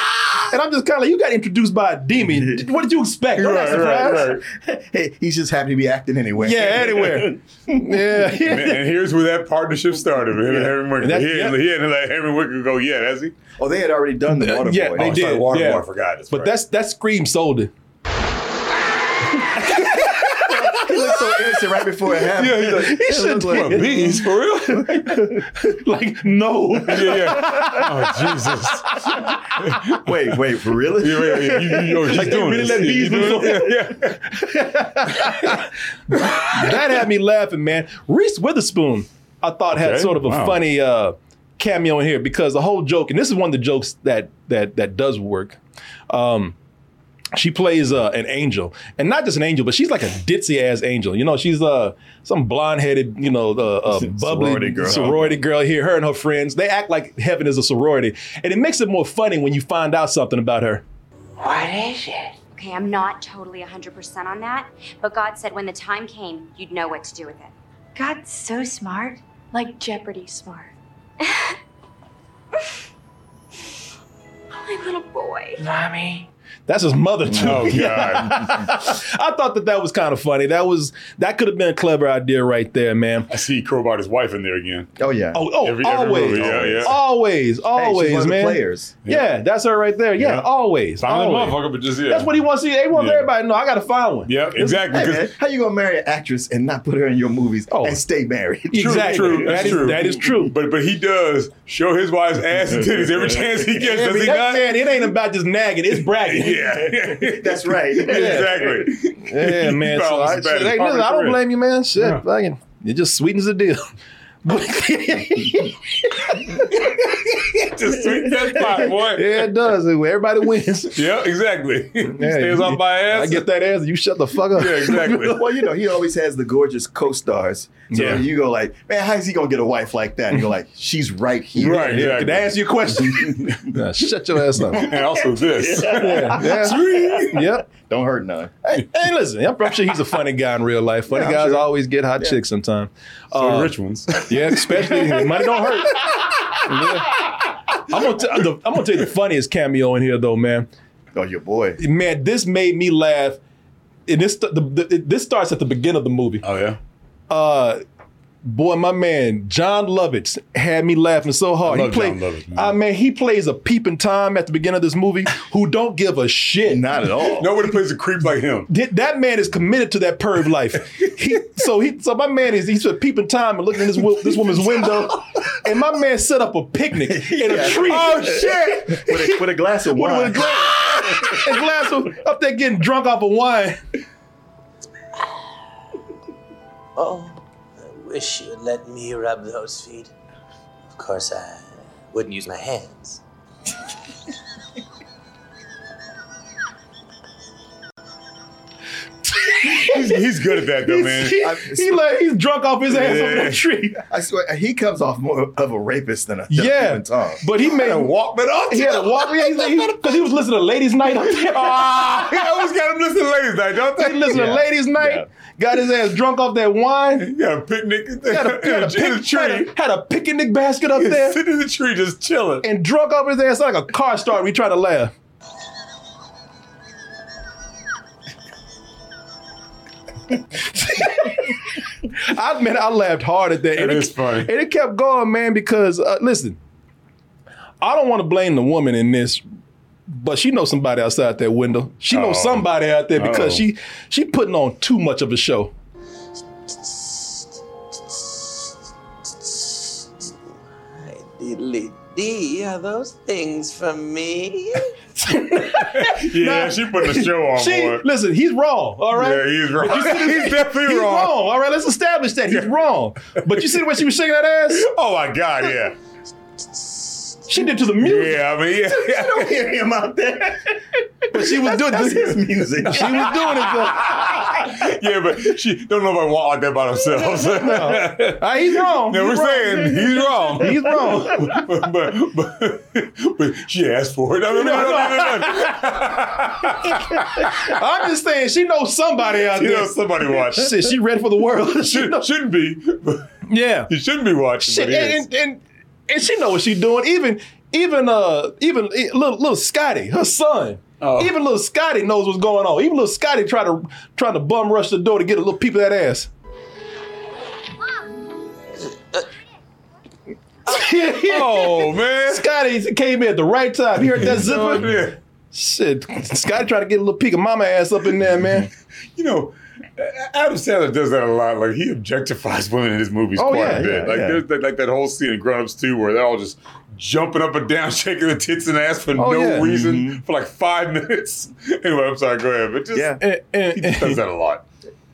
S1: (laughs) And I'm just kind of like, you got introduced by a
S3: (laughs)
S1: demon. What did you expect? Don't act
S3: (laughs) Right, right,
S1: surprised.
S3: right.
S2: Hey, he's just happy to be acting anyway.
S1: Yeah, anywhere.
S3: And,
S1: yeah.
S3: and here's where that partnership started with him and Henry
S1: And
S3: Winkler.
S1: that's-
S3: He had
S1: yeah.
S3: he had to let Henry Winkler go, yeah, that's he.
S2: Oh, they had already done the water
S1: yeah,
S2: boy.
S1: they
S3: Oh,
S1: did.
S3: sorry, Waterboy,
S1: yeah.
S3: I forgot.
S1: (laughs)
S3: That's
S1: But
S3: right.
S1: that's that scream sold it.
S2: He looked so innocent right before it happened.
S3: Yeah, he's like,
S2: It looked
S3: What, bees, for real?
S1: (laughs) Like, no.
S3: yeah,
S1: (laughs)
S3: yeah. Oh, Jesus.
S2: wait, wait, for real?
S3: Yeah, yeah, yeah. You, you, you, you're
S1: Like, they
S3: doing
S1: really
S3: this.
S1: let
S3: You
S1: bees
S3: doing
S1: loose
S3: it?
S1: (laughs)
S3: Yeah, yeah.
S1: that had me laughing, man. Reese Witherspoon, I thought had
S3: Okay,
S1: sort of a
S3: wow.
S1: funny uh, cameo in here because the whole joke, and this is one of the jokes that that that does work. Um, she plays uh, an angel, and not just an angel, but she's like a ditzy ass angel. You know, she's uh, some blonde headed, you know, uh, uh, bubbly
S3: Sorority
S1: sorority
S3: girl.
S1: girl. here. Her and her friends, they act like heaven is a sorority, and it makes it more funny when you find out something about her.
S4: What is it?
S14: Okay, I'm not totally 100% on that, but God said when the time came, you'd know what to do with it.
S13: God's so smart, like Jeopardy smart.
S14: boy.
S4: Mommy.
S1: That's his mother too. (laughs)
S3: Oh, God.
S1: I thought that that was kind of funny. That was that could have been a clever idea right there, man.
S3: I see crowbarred his wife in there again.
S2: Oh yeah.
S1: Oh, oh
S3: Every- every
S1: always,
S3: movie, yeah, yeah.
S1: always, always,
S2: one of the
S1: man.
S2: players.
S1: Yeah. that's her right there. Yeah,
S3: Yeah.
S1: always,
S3: Fine
S1: always.
S3: motherfucker, but just yeah.
S1: That's what he wants to see. He wants
S3: Yeah.
S1: everybody to know. I got to find one.
S3: Yeah, exactly.
S2: Hey,
S3: Because
S2: man, how you gonna marry an actress and not put her in your movies and stay married?
S1: Oh. Yeah. Exactly.
S3: True,
S1: That
S3: that's
S1: is-
S3: true.
S1: that is true.
S3: But but he does show his wife's ass and
S1: (laughs)
S3: titties every chance he gets,
S1: Yeah,
S3: (laughs) does
S1: but
S3: he
S1: that
S3: not?
S1: man, it ain't about just nagging. It's bragging.
S3: (laughs) Yeah.
S2: (laughs) That's right.
S3: (laughs) exactly.
S1: (laughs) Yeah, man. So I,
S3: Almost bad as
S1: hey,
S3: Barbara
S1: listen, I don't
S3: Corinne.
S1: blame you, man. Shit, fucking, it just sweetens the deal. (laughs) But-
S3: Just sweet that pot, boy.
S1: yeah, it does. Everybody
S3: (laughs)
S1: wins.
S3: Yeah, exactly. (laughs)
S1: Yeah,
S3: Stays
S1: you-
S3: off my ass.
S1: I get that ass. You shut the fuck up.
S3: Yeah, (laughs) exactly.
S1: (laughs)
S2: well, you know, he always has the gorgeous co-stars. So
S1: Yeah.
S2: you go like, man, how is he gonna get a wife like that? And you're like, she's right here.
S3: Right,
S1: Yeah, Did I
S3: exactly.
S1: answer your (laughs) question? Nah, shut your ass up.
S3: And also this.
S1: Yeah, yeah.
S3: (laughs) Sweet.
S1: Yep.
S2: Don't hurt none.
S1: Hey, hey, listen, I'm, I'm sure he's a funny guy in real life. Funny
S2: Yeah, I'm
S1: guys
S2: sure.
S1: always get hot
S2: Yeah.
S1: chicks sometimes.
S3: So the
S1: Uh,
S3: rich ones.
S1: Yeah, especially money don't hurt. Yeah. I'm gonna t- the, I'm gonna tell you the funniest cameo in here though, man.
S2: Oh, your boy.
S1: Man, this made me laugh. And this the, the, this starts at the beginning of the movie.
S3: (laughs) Oh yeah.
S1: Uh, boy, my man John Lovitz had me laughing so hard. He
S3: I love John
S1: played,
S3: Lovitz, man.
S1: I man, he plays a peeping tom at the beginning of this movie who don't give a shit.
S2: Not at all.
S3: Nobody plays a creep like him.
S1: Th- that man is committed to that perv life. He so he so my man is he's a peeping time and looking in this wo- this woman's window, and my man set up a picnic in a tree.
S3: Oh shit.
S2: With a, with a glass of
S1: (laughs) With,
S2: wine.
S1: with a glass, a glass of, up there getting drunk off of wine.
S13: Oh, I wish you'd let me rub those feet. Of course, I wouldn't use my hands.
S3: He's, he's good at that though, man.
S1: He, he like, he's drunk off his ass up in
S3: Yeah.
S1: a tree.
S2: I swear, he comes off more of a rapist than a than a
S1: Yeah.
S2: human tongue.
S1: But he made
S3: And walk it off.
S1: he had a walk because he was listening to Ladies Night up there.
S3: Ah, (laughs) I always got him listening to ladies night,
S1: (laughs)
S3: don't
S1: He
S3: they?
S1: listened to
S2: Yeah.
S1: Ladies Night.
S2: Yeah.
S1: Got his ass drunk off that wine.
S3: He got a picnic (laughs) in
S1: Had a, had,
S3: a
S1: a pic-
S3: in a
S1: had
S3: tree.
S1: a- had a picnic basket up there.
S3: He's sitting in the tree just chilling.
S1: and drunk off his ass like a car start. We try to laugh. (laughs) I man, I laughed hard at that.
S3: That
S1: and
S3: is
S1: it,
S3: funny.
S1: And it kept going, man, because uh, listen, I don't want to blame the woman in this, but she knows somebody outside that window. She knows
S3: Oh.
S1: somebody out there because
S3: Oh.
S1: she she putting on too much of a show.
S13: Hey, diddly dee, are those things for me?
S3: (laughs) Yeah,
S1: Nah,
S3: she putting the show on
S1: She,
S3: boy.
S1: listen, he's wrong. All right.
S3: Yeah, he's wrong. (laughs) he's definitely
S1: He's
S3: wrong.
S1: wrong. All right, let's establish that. He's wrong. But you see the way she was shaking that ass?
S3: Oh my god, yeah.
S1: She did to the music.
S3: Yeah, I mean, yeah.
S2: don't hear him out there.
S1: But she was doing
S2: That's
S1: this.
S2: his music.
S1: She was doing it though.
S3: yeah, but she don't know if I walk out there
S1: (laughs)
S3: by themselves. (laughs) no,
S1: Ah, he's wrong.
S3: we're
S1: he's wrong.
S3: saying he's
S1: (laughs)
S3: wrong.
S1: He's wrong.
S3: (laughs) but, but, but, but she asked for it. No, no, no, no, no, no,
S1: (laughs)
S3: no.
S1: I'm just saying she knows somebody out
S3: You
S1: there.
S3: know, somebody watched.
S1: Shit, she ready for the world. (laughs) she
S3: Should,
S1: know,
S3: shouldn't be. (laughs) but
S1: yeah.
S3: He shouldn't be watching.
S1: Shit,
S3: but he is.
S1: and, and, and and she know what she doing. Even even uh even eh, little little Scotty, her son.
S3: Oh.
S1: Even little Scotty knows what's going on. Even little Scotty trying to trying to bum rush the door to get a little peep of that ass.
S3: oh
S1: (laughs)
S3: man.
S1: Scotty came in at the right time. He heard that
S3: Oh,
S1: zipper.
S3: yeah.
S1: Shit, Scotty tried to get a little peek of mama ass up in there, man.
S3: you know, Adam Sandler does that a lot. Like he objectifies (laughs) women in his movies
S1: Oh,
S3: quite
S1: yeah,
S3: a bit.
S1: yeah,
S3: like
S1: yeah.
S3: there's that, like that whole scene in Grown Ups too, where they're all just jumping up and down, (laughs) shaking their tits and ass for
S1: Oh,
S3: no
S1: yeah.
S3: reason for like five (laughs) minutes. anyway, I'm sorry. Go ahead, but just
S2: Yeah.
S1: And,
S3: he
S1: and,
S3: does
S1: and,
S3: that a lot.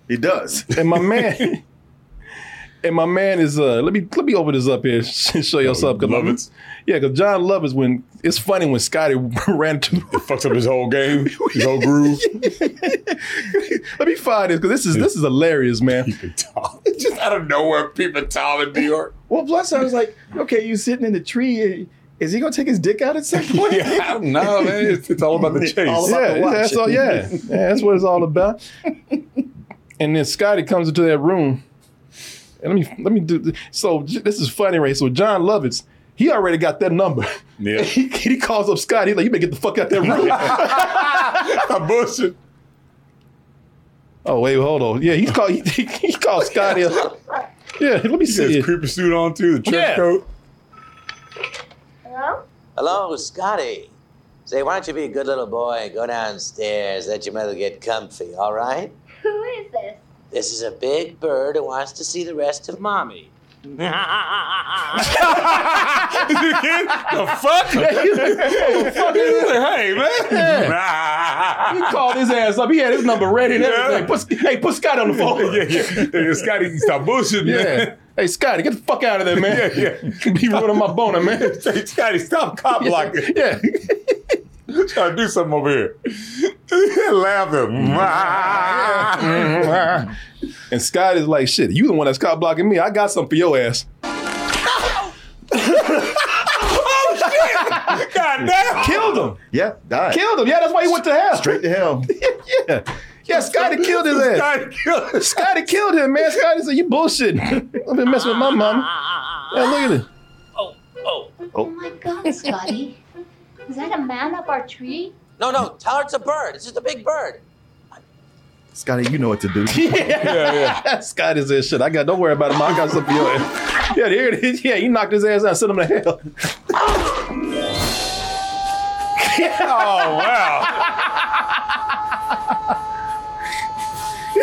S2: He does.
S1: my
S2: (laughs)
S1: man, and my man is uh. Let me let me open this up here (laughs) and show you what's up. 'cause my-
S3: Lovitz?
S1: yeah, because John Lovitz when it's funny when Scotty (laughs) ran to.
S3: It fucks up his
S1: (laughs)
S3: whole game, his whole groove.
S1: Let me find this because this is this is hilarious,
S2: (laughs)
S1: man.
S3: Peep and Tom. (laughs) just out of nowhere, Peep and Tom in
S1: (laughs)
S3: New York.
S2: Well, plus I was like, okay, you sitting in the tree. eh, Is he gonna take his dick out at some point?
S3: Yeah, I don't know, man. It's, it's all
S1: (laughs)
S3: about the chase.
S2: All
S3: (laughs)
S2: about-
S1: Yeah,
S2: to watch.
S1: that's all. Yeah, yeah, that's what it's all about. and then Scotty comes into that room. And let me let me do. th- So j- this is funny, right? So John Lovitz, He already got that number. Yeah. (laughs) he, he calls up Scott. He's like, you better get the fuck out
S2: (laughs)
S1: that room. I'm bullshit. Oh, wait, hold on. Yeah, he's called, (laughs) he, he, he called Scott. He- Yeah, let me see.
S3: His creeper suit on too, the trench
S1: Yeah. (laughs)
S3: coat. (laughs)
S13: Hello? Hello, Scotty. Say, why don't you be a good little boy and go downstairs, let your mother get comfy, all right?
S15: Who is this?
S13: This is a big bird who wants to see the rest of mommy.
S3: the fuck?
S1: the
S3: fuck is like, hey,
S1: (laughs)
S3: man.
S1: he called his ass up. He had his number ready and everything. Put, hey, put Scott on the phone.
S3: yeah, yeah. Hey, Scotty, you stop bullshitting,
S1: Yeah.
S3: man.
S1: Hey, Scotty, get the fuck out of there, man. (laughs)
S3: Yeah,
S1: yeah. Be ruining my boner, man.
S3: Scotty, stop cop blocking.
S1: Yeah.
S3: Try to do something over here. Laugh
S1: Mm-hmm.
S3: at him.
S1: (laughs) And Scott is like, shit, you the one that's cop blocking me. I got something for your ass.
S3: oh, shit. God damn.
S1: Killed him.
S2: (laughs) Yeah, died.
S1: Killed him. Yeah, that's why he went to hell.
S2: Straight to hell.
S1: (laughs) yeah. Yeah, Scotty killed his ass.
S3: Scotty killed him.
S1: Scotty killed him, man. Scotty said, you bullshitting. I've been messing with my mama. Yeah, look at
S2: (laughs)
S1: it.
S15: Oh my God, Scotty. (laughs) Is that a man up our tree?
S13: No, no, tell her it's a bird. It's just a big bird.
S2: Scotty, you know what to do.
S1: yeah, yeah. (laughs) Scotty said, shit, I got, don't worry about it, man. I got something for your ass. Yeah, there it is. Yeah, he knocked his ass out, sent him to
S2: (laughs)
S1: hell.
S3: Oh, wow. (laughs)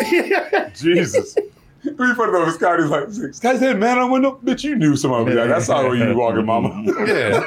S3: Jesus. We put it over Scotty's like, Scotty said, man, I went up. Bitch, you knew somebody was like, that's not where you were walking, mama.
S1: Yeah.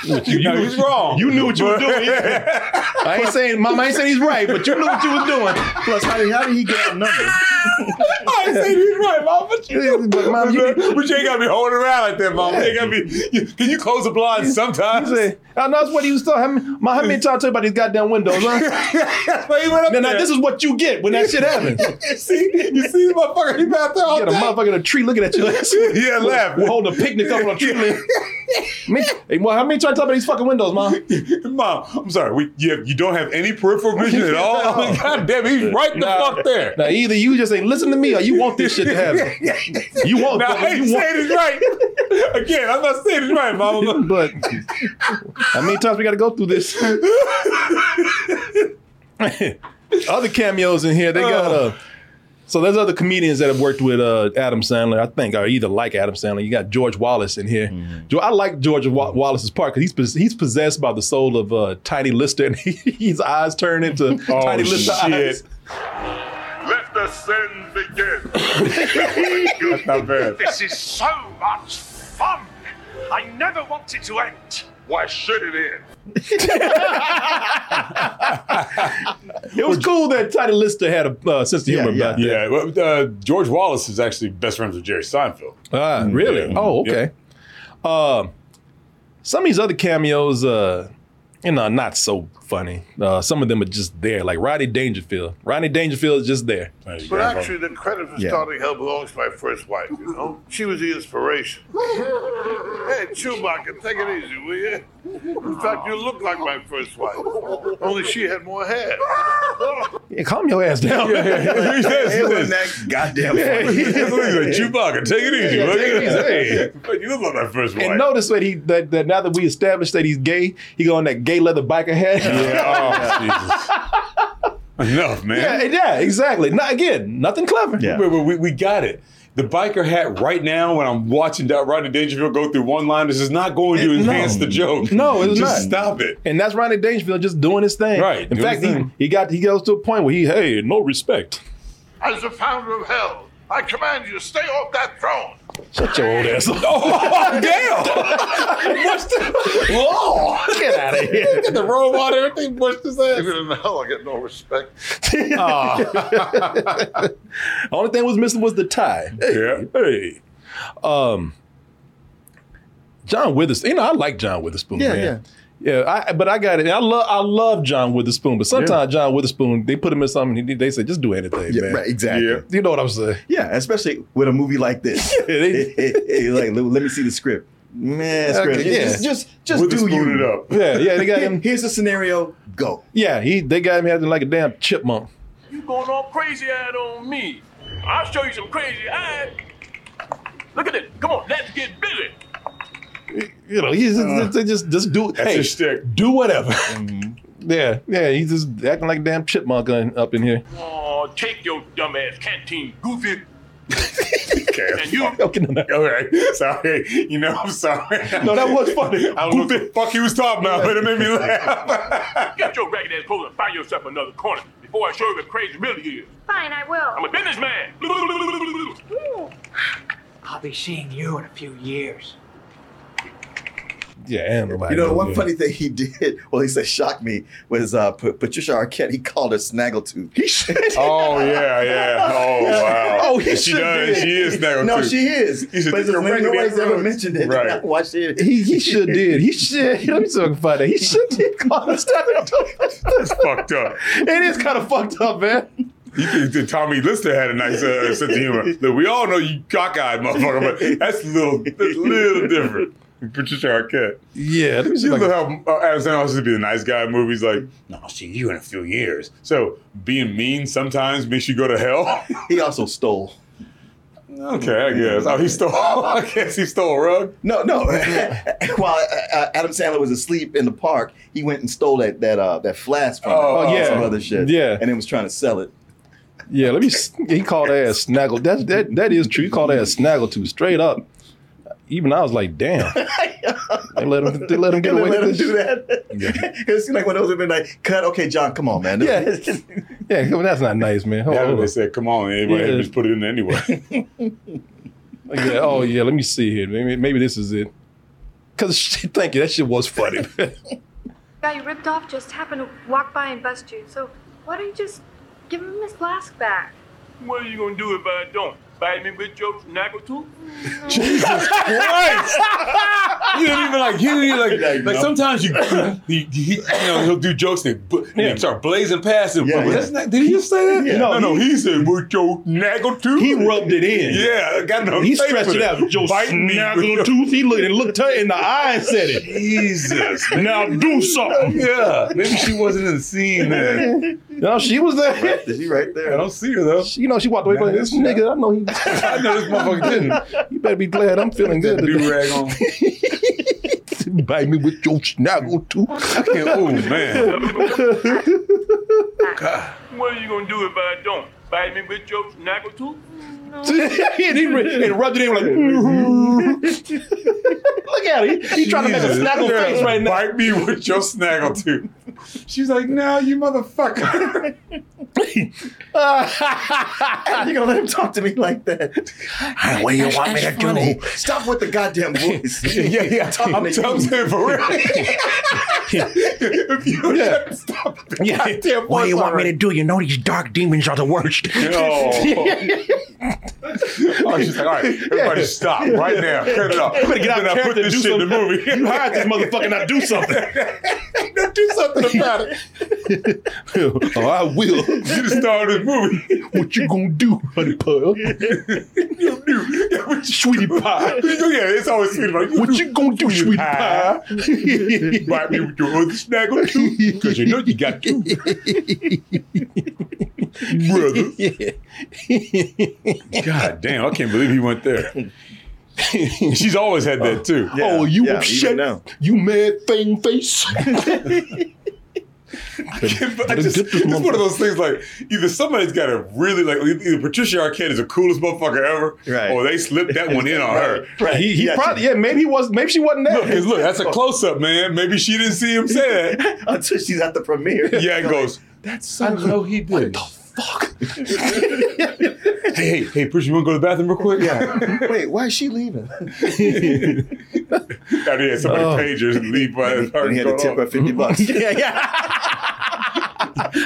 S3: (laughs) you, no, he's wrong.
S1: You knew what you were
S3: But-
S1: doing.
S3: (laughs)
S1: I ain't saying, mama, I ain't saying he's right, but you knew what you was doing.
S2: Plus, how did, how did he get that number?
S3: I ain't saying he's right, mom, but you do.
S1: But, Mom, you-
S3: But you ain't gotta be holding around like that, mom. You ain't gotta be. You, can you close the blinds sometimes? (laughs)
S1: Say, I know that's what he was talking. How many- Ma, how many times I tell you about these goddamn windows, huh?
S3: But he went up
S1: now, now,
S3: there.
S1: this is what you get when that shit
S2: (laughs)
S1: happens.
S3: you (laughs) see, you see, the motherfucker, he out there all
S1: You got a
S3: day.
S1: motherfucker in a tree looking at you.
S2: (laughs)
S1: (laughs)
S3: Yeah, laughing.
S1: We're holding a picnic up on a tree. limb. Me- hey, Ma, how many times I tell you about these fucking windows, mom?
S3: (laughs) Mom, I'm sorry. We, you, you don't have any peripheral vision at all.
S1: (laughs)
S3: I'm like, (laughs) God damn, he's right the
S1: Nah.
S3: fuck there.
S1: Now, either you just ain't listen to me or you want this shit to happen. You want
S3: Now, I
S1: you
S3: ain't
S1: want-
S3: saying
S1: (laughs)
S3: it's right. Again, I'm not saying it's right, mama.
S1: but how many times we got to go through this? (laughs) other cameos in here. They got uh, so there's other comedians that have worked with uh, Adam Sandler. I think are either like Adam Sandler. You got George Wallace in here. Jo- I like George Wa- Wallace's part because he's pos- he's possessed by the soul of uh, Tiny Lister, and (laughs) his eyes turn into
S3: Oh,
S1: (laughs) Tiny Lister eyes.
S3: shit.
S9: Let the sin begin.
S3: That's
S1: (laughs)
S3: not
S10: (laughs)
S3: bad.
S10: This is so much fun. I never want it to end.
S9: Why should it end?
S1: It was cool that Tiny Lister had a uh, sense of humor about that.
S3: Yeah, well, uh, George Wallace is actually best friends with Jerry Seinfeld.
S1: Ah, really?
S3: Mm, Yeah.
S1: Oh, okay. Uh, some of these other cameos, uh, you know, not so funny. Uh, some of them are just there, like Rodney Dangerfield. Rodney Dangerfield is just there.
S9: But actually, the credit for
S1: Yeah.
S9: starting hell belongs to my first wife, you (laughs) know? She was the inspiration. hey, Chewbacca, take it easy, will you? In fact, you look like my first wife, only she had more hair.
S1: Yeah, calm your ass down. (laughs)
S3: Yeah, yeah. He says, he says,
S2: Goddamn.
S3: (laughs) Yeah,
S2: funny.
S3: he's like,
S1: (laughs)
S3: Chewbacca, take it easy,
S1: Yeah,
S3: buddy.
S1: take it easy.
S3: Hey, but you look like my first wife.
S1: And notice that he that, that now that we established that he's gay, he got on that gay leather biker hat.
S3: Yeah, oh, Jesus. Enough,
S1: (laughs) yeah,
S3: man.
S1: yeah, exactly. Not again, nothing clever.
S2: Yeah.
S3: Wait, wait, we, we got it. The biker hat right now, when I'm watching that Rodney Dangerfield go through one line, this is not going to
S1: It- no.
S3: enhance the joke.
S1: No, it's
S3: Just
S1: not.
S3: stop it.
S1: And that's Rodney Dangerfield just doing his thing.
S3: Right,
S1: In
S3: doing
S1: fact,
S3: his
S1: he,
S3: thing.
S1: he got he goes to a point where he hey no respect.
S9: As the founder of hell, I command you, stay off that throne.
S1: Shut your old (laughs) ass up.
S3: Oh, damn! (laughs) What's the, whoa!
S1: Get out of here.
S3: The robot, everything pushed his ass.
S9: Even in hell, I get no respect.
S3: (laughs)
S1: Oh. Only thing was missing was the tie.
S3: Yeah.
S1: Hey. Um John Witherspoon. You know, I like John Witherspoon,
S2: Yeah,
S1: man. Yeah. I but I got it. And I love I love John Witherspoon, but sometimes John Witherspoon, they put him in something and he- they say, just do anything,
S2: Yeah,
S1: man.
S2: right, exactly.
S3: Yeah.
S2: Yeah.
S1: You know what I'm saying? (laughs)
S2: especially with a movie like this.
S3: (laughs)
S1: they-
S2: It- it- it- (laughs) like, let, let me see the script. Man,
S1: Okay,
S2: script.
S1: yeah.
S2: Just, just, just
S3: With the
S2: do
S3: spoon
S2: you.
S3: it up.
S1: Yeah, yeah, they got him.
S2: Here's a scenario. Go.
S1: Yeah, he they got him acting like a damn chipmunk.
S16: You going all crazy eyed on me. I'll show you some crazy eyed. Look at it. Come on, let's get busy.
S1: You know, he's they just just do
S3: Uh. that's
S1: hey,
S3: his shtick.
S1: Do whatever. Yeah, yeah. He's just acting like a damn chipmunk on- up in here. (laughs)
S16: Oh, take your dumbass canteen, goofy.
S3: Okay.
S16: You-
S3: All right. (laughs) Sorry. You know, I'm sorry.
S1: No, that was
S3: (laughs)
S1: funny.
S3: I don't know what the fuck he was talking about, but it made
S1: (laughs)
S3: me laugh.
S16: Get your ragged ass clothes and find yourself another corner before I show you what crazy really is.
S14: Fine, I will.
S16: I'm a businessman.
S4: I'll be seeing you in a few years.
S1: Yeah, and nobody
S2: You know,
S1: knows
S2: one
S1: you.
S2: funny thing he did, well, he said shocked me, was uh, P- Patricia Arquette. He called her Snaggletooth. He should.
S3: Oh yeah, yeah.
S2: (laughs)
S3: Oh wow.
S2: Oh, he
S3: she
S2: should
S3: does.
S2: be.
S3: She is now.
S2: No, she
S3: (laughs)
S2: is.
S3: You should
S2: But
S3: think you're
S2: nobody's
S3: regular
S2: ever
S3: roads.
S2: mentioned it. (laughs)
S3: Right.
S2: Why should
S1: He, he should did. He (laughs) should. I'm so funny. He should did call us That's
S3: fucked up.
S1: It is kind of fucked up, man.
S3: You think that Tommy Lister had a nice
S2: (laughs)
S3: uh, sense of humor? Look, we all know you cockeyed motherfucker, but that's a little, that's a little different. Patricia Arquette.
S1: Yeah, let me see
S3: you
S1: if I
S3: know how uh, Adam Sandler used to be the nice guy in movies. Like, no, I'll see you in a few years. So being mean sometimes makes you go to hell. (laughs)
S2: He also stole.
S3: Okay, I guess. Oh, he stole. (laughs) I guess he stole a rug.
S2: No, no. (laughs) While uh, Adam Sandler was asleep in the park, he went and stole that that uh, that flask from
S1: Oh,
S2: him and
S1: yeah.
S2: some other shit.
S1: Yeah.
S2: and then was trying to sell it.
S1: Yeah, let me. s- He called her ass snaggle. That that that is true. He called her ass snaggle too, straight up. Even I was like, (laughs) damn. they let him. They let him get
S2: And then
S1: away
S2: let him
S1: with
S2: do
S1: this.
S2: that. (laughs) it seemed like one of those would have been like, "Cut, okay, John, come on, man."
S1: Yeah. Yeah, come on, that's not nice, man. Hold
S2: Oh.
S3: Yeah,
S1: on.
S3: they said, come on, anybody
S1: Yeah.
S3: just put it in anyway.
S1: Yeah, oh yeah, let me see here. Maybe maybe this is it. Cause (laughs) shit, thank you. That shit was funny.
S17: guy you ripped off just happened to walk by and bust you. So why don't you just give him his flask back?
S16: What are you gonna do if I don't? Bite me with your snaggle tooth?
S3: Jesus
S1: (laughs)
S3: Christ! you didn't even like you. You like like
S16: no.
S3: sometimes you, he, he, you know, he'll do jokes and, bu- and he start blazing past him.
S1: Yeah,
S3: but
S1: yeah.
S3: that's not- did he just say that?
S1: Yeah.
S3: No,
S1: No,
S3: no, he, said with your naggle tooth.
S1: He rubbed it in.
S3: Yeah, I got no.
S1: He
S3: faith
S1: stretched
S3: for
S1: it
S3: that.
S1: out. Joe
S3: Bite me with
S1: snaggle
S3: your-
S1: tooth. He looked and looked her in the eye and said it.
S3: Jesus.
S1: (laughs) Now do something.
S3: Yeah, maybe she wasn't in the scene then.
S1: (laughs) No, she was there.
S2: she right there.
S3: I don't see her though.
S1: She, you know, she walked away from this nigga. I know he. I
S3: know this motherfucker didn't.
S1: (laughs) You better be glad I'm feeling (laughs) good.
S3: Do rag on.
S1: Bite me with your snaggle tooth. I
S3: can't. Oh man.
S16: What are you gonna do if I don't? Bite me with your snaggle tooth?
S1: and (laughs) he re- (laughs) and rubbed it in like. mm-hmm. (laughs) Look at him. He, he trying to make a
S3: Jesus.
S1: snaggle
S3: Yeah,
S1: face right now.
S3: Bite me with your snaggle tooth. She's like, no, you motherfucker.
S2: You're gonna let him talk to me like that? What do you want me to
S8: (laughs)
S1: Oh,
S2: do? (laughs) Stop with the goddamn voice.
S1: (laughs)
S3: yeah, yeah.
S2: Talk
S3: I'm
S2: to
S3: telling
S2: you.
S3: you for real. if you yeah.
S1: (laughs)
S3: stop it, goddamn
S8: What do you
S3: voice
S8: want me to do? You know these dark demons are the worst.
S3: No. oh, she's like, all right, everybody stop right now. Cut it off.
S1: You better get out
S3: Then I
S1: of
S3: put
S1: character and
S3: this
S1: do
S3: shit in the
S1: something.
S3: movie.
S1: you hired this motherfucker, now do something. (laughs)
S3: Now do something about (laughs) it.
S1: oh, I will. You
S3: the star of this movie. (laughs)
S1: What you gonna do, honey pearl?
S3: (laughs) Sweetie
S1: Uh,
S3: pie. yeah, it's always sweetie pie. what you
S1: gonna do, sweetie
S3: pie? (laughs) Bite me with your other snaggle too, because you know you got
S2: (laughs)
S3: to. Brother. God damn, I can't believe he went there. She's always had that too.
S1: oh, you shit. You mad thing face.
S3: But I just, it's one of those things like either somebody's got to really like e-, either Patricia Arquette is the coolest motherfucker ever,
S1: Right.
S3: or they slipped that one in on her.
S1: Right. He, he probably (laughs) yeah. Maybe he was. Maybe she wasn't there.
S3: Look, (laughs) 'cause look, that's a close up, man. Maybe she didn't see him say that
S2: (laughs) until she's at the premiere.
S3: Yeah, it goes.
S2: That's
S3: I know he did. What the fuck? hey, hey, hey, Patricia, you want to go to the bathroom real quick? (laughs)
S2: Yeah. Wait, why is she leaving?
S3: Now they had so many
S2: Oh.
S3: pagers and leave by his
S2: And he had to tip her fifty
S1: (laughs)
S2: bucks.
S1: yeah, yeah.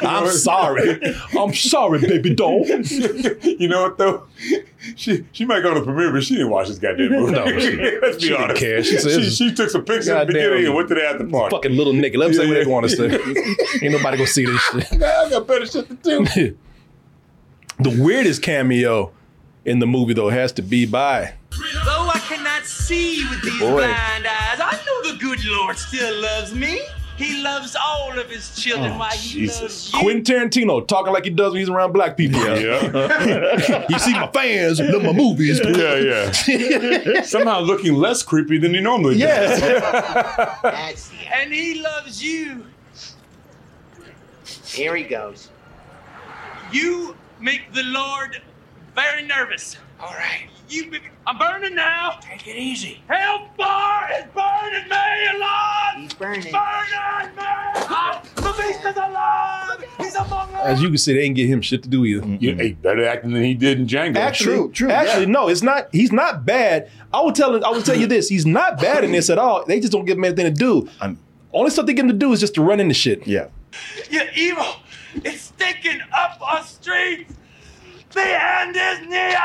S1: I'm sorry. I'm sorry, baby doll.
S3: (laughs) you know what though? She she might go to the premiere, but she didn't watch this goddamn movie.
S1: No.
S3: (laughs) Let's be
S1: She didn't
S3: honest.
S1: care. She said,
S3: she, she took some pictures at the
S1: Goddamn.
S3: beginning and went to the after party.
S1: Fucking little nigga. Let me say what they want to say. Ain't nobody gonna see this shit.
S3: (laughs) I got better shit to do.
S1: The weirdest cameo in the movie though has to be by
S8: Though I cannot see with these
S1: Boy.
S8: blind eyes, I know the good Lord still loves me.
S18: He loves all of his
S13: Oh,
S18: children. Why he loves
S1: Jesus. Quentin Tarantino talking like he does when he's around black people.
S3: Yeah.
S1: you see my fans, love my movies.
S3: Yeah,
S1: (laughs)
S3: yeah. Somehow looking less creepy than he normally does. (laughs)
S18: and he loves you.
S7: Here he goes.
S18: You make the Lord very nervous. All right. You, I'm burning now. Take it easy. Hellfire is burning me alive. He's burning. Burning me. Ah, the beast is alive. He's among us.
S1: As you can see, they didn't get him shit to do either.
S3: You, hey, better acting than he did in Django.
S1: Actually, Actually, no, it's not. He's not bad. I would tell. I would tell you this. He's not bad in this at all. They just don't give him anything to do. Only stuff they get him to do is just to run into shit.
S2: Yeah.
S18: You're evil. It's sticking up our streets. The end is near.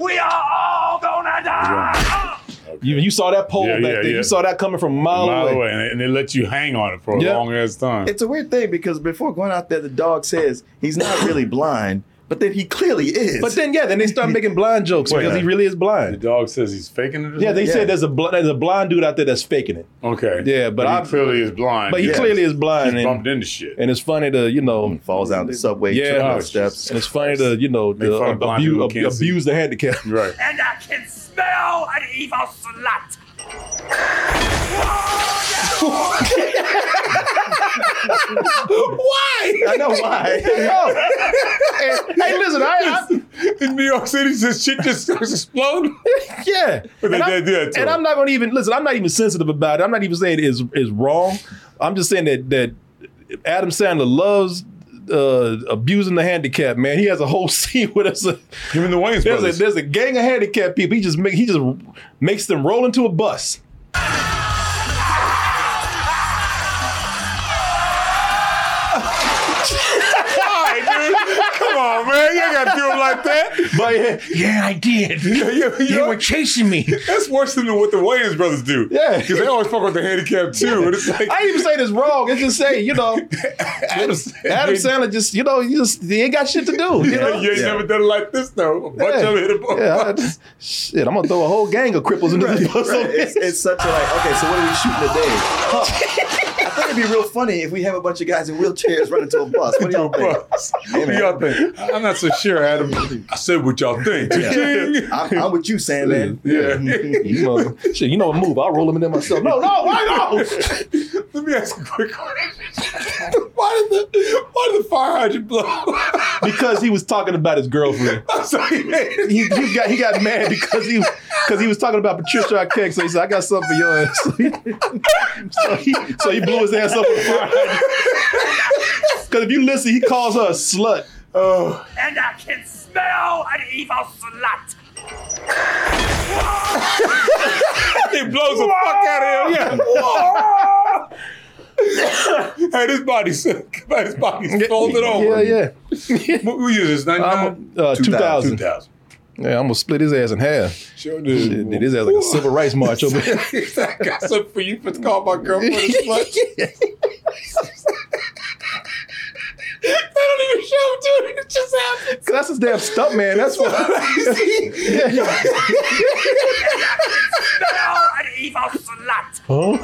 S18: We are all gonna die.
S1: You, you saw that pole
S3: Yeah,
S1: back
S3: yeah,
S1: there.
S3: yeah.
S1: You saw that coming from a mile,
S3: Mile
S1: away.
S3: away, and, they, and they let you hang on it for a
S1: Yeah.
S3: long ass time.
S2: It's a weird thing because before going out there, the dog says he's not really blind, but then he clearly is.
S1: But then, yeah, then they start making blind jokes
S3: Wait.
S1: because he really is blind.
S3: The dog says he's faking it. Or
S1: Yeah, they
S3: something?
S1: said there's a bl- there's a blind dude out there that's faking it.
S3: Okay.
S1: Yeah, but,
S3: But he
S1: I
S3: clearly is blind.
S1: But he
S3: Yeah.
S1: clearly is blind.
S3: He's
S1: and,
S3: bumped into shit.
S1: and it's funny to you know
S2: falls down the subway, trips
S1: Yeah,
S2: on steps.
S1: And it's funny to you know
S2: Make
S1: to uh,
S2: fun of blind people
S1: abu-
S2: who
S1: ab-
S2: can't see.
S1: abuse the handicap. (laughs)
S3: Right.
S18: And I can smell an evil slut.
S1: why?
S2: I (laughs) know why.
S1: (laughs) hey, listen, I,
S3: (laughs) in New York City, this shit just starts exploding.
S1: yeah.
S3: But they
S1: and,
S3: did do that to
S1: and
S3: him.
S1: I'm not gonna even listen. I'm not even sensitive about it. I'm not even saying it's is wrong. I'm just saying that that Adam Sandler loves uh, abusing the handicap. Man, he has a whole (laughs) scene with us.
S3: Him and the Wayans
S1: there's
S3: brothers.
S1: a there's a gang of handicapped people. He just make, he just makes them roll into a bus.
S3: (laughs) All right, dude. Come on, man. You ain't got to do it like
S1: (laughs)
S3: that.
S1: But yeah,
S3: I did. they were
S1: chasing me.
S3: That's worse than what the Wayans brothers do.
S1: Yeah.
S3: Because they always fuck with the handicap too. And it's like,
S1: I ain't even saying it's wrong. It's just saying, you know, Adam, Adam Sandler just, you know, he just he ain't got shit to do. You
S3: yeah,
S1: know?
S3: you ain't never done it like this though. A bunch
S1: Yeah.
S3: of it hit a ball.
S1: Yeah,
S3: (laughs)
S1: I just- shit, I'm gonna throw a whole gang of cripples into this bus.
S2: Right. It's, it's such a like, okay, so what are we shooting today? Huh. I think it'd be real funny if we have a bunch of guys in wheelchairs running to a bus. What do y'all think?
S3: What do y'all think? I'm not so sure, Adam. I said what y'all think.
S1: (laughs)
S2: Yeah. I'm, I'm with you, Sandman.
S3: Yeah.
S1: you know, shit, you know what move? I'll roll them in there myself. No, no,
S3: (laughs)
S1: why no?
S3: Let me ask a quick question. (laughs) why did the why did the fire hydrant blow? (laughs)
S1: Because he was talking about his girlfriend.
S3: I'm sorry, man.
S1: He, he got he got mad because he because he was talking about Patricia Arquette. So he said, "I got something for your ass." (laughs) So he, so he, so he blew his ass up (laughs) Because if you listen, he calls her a slut.
S3: Oh,
S18: And I can smell an evil slut.
S3: It blows the fuck out of him. (laughs) hey, this body's this body's folded over.
S1: yeah, yeah,
S3: What what year is this? 99?
S1: uh, 2000.
S3: 2000.
S1: yeah. I'm gonna split his ass in half.
S3: Sure
S1: Shit, Did his ass like a civil rights march over. there.
S3: (laughs) I got something for you for to call my girlfriend
S1: (laughs)
S3: a (laughs) slut. they don't even show him doing it. It just happens.
S1: Cause that's his damn stuff, man. That's what. (laughs) Yeah.
S3: (laughs)
S18: Smell an evil slut.
S1: Huh?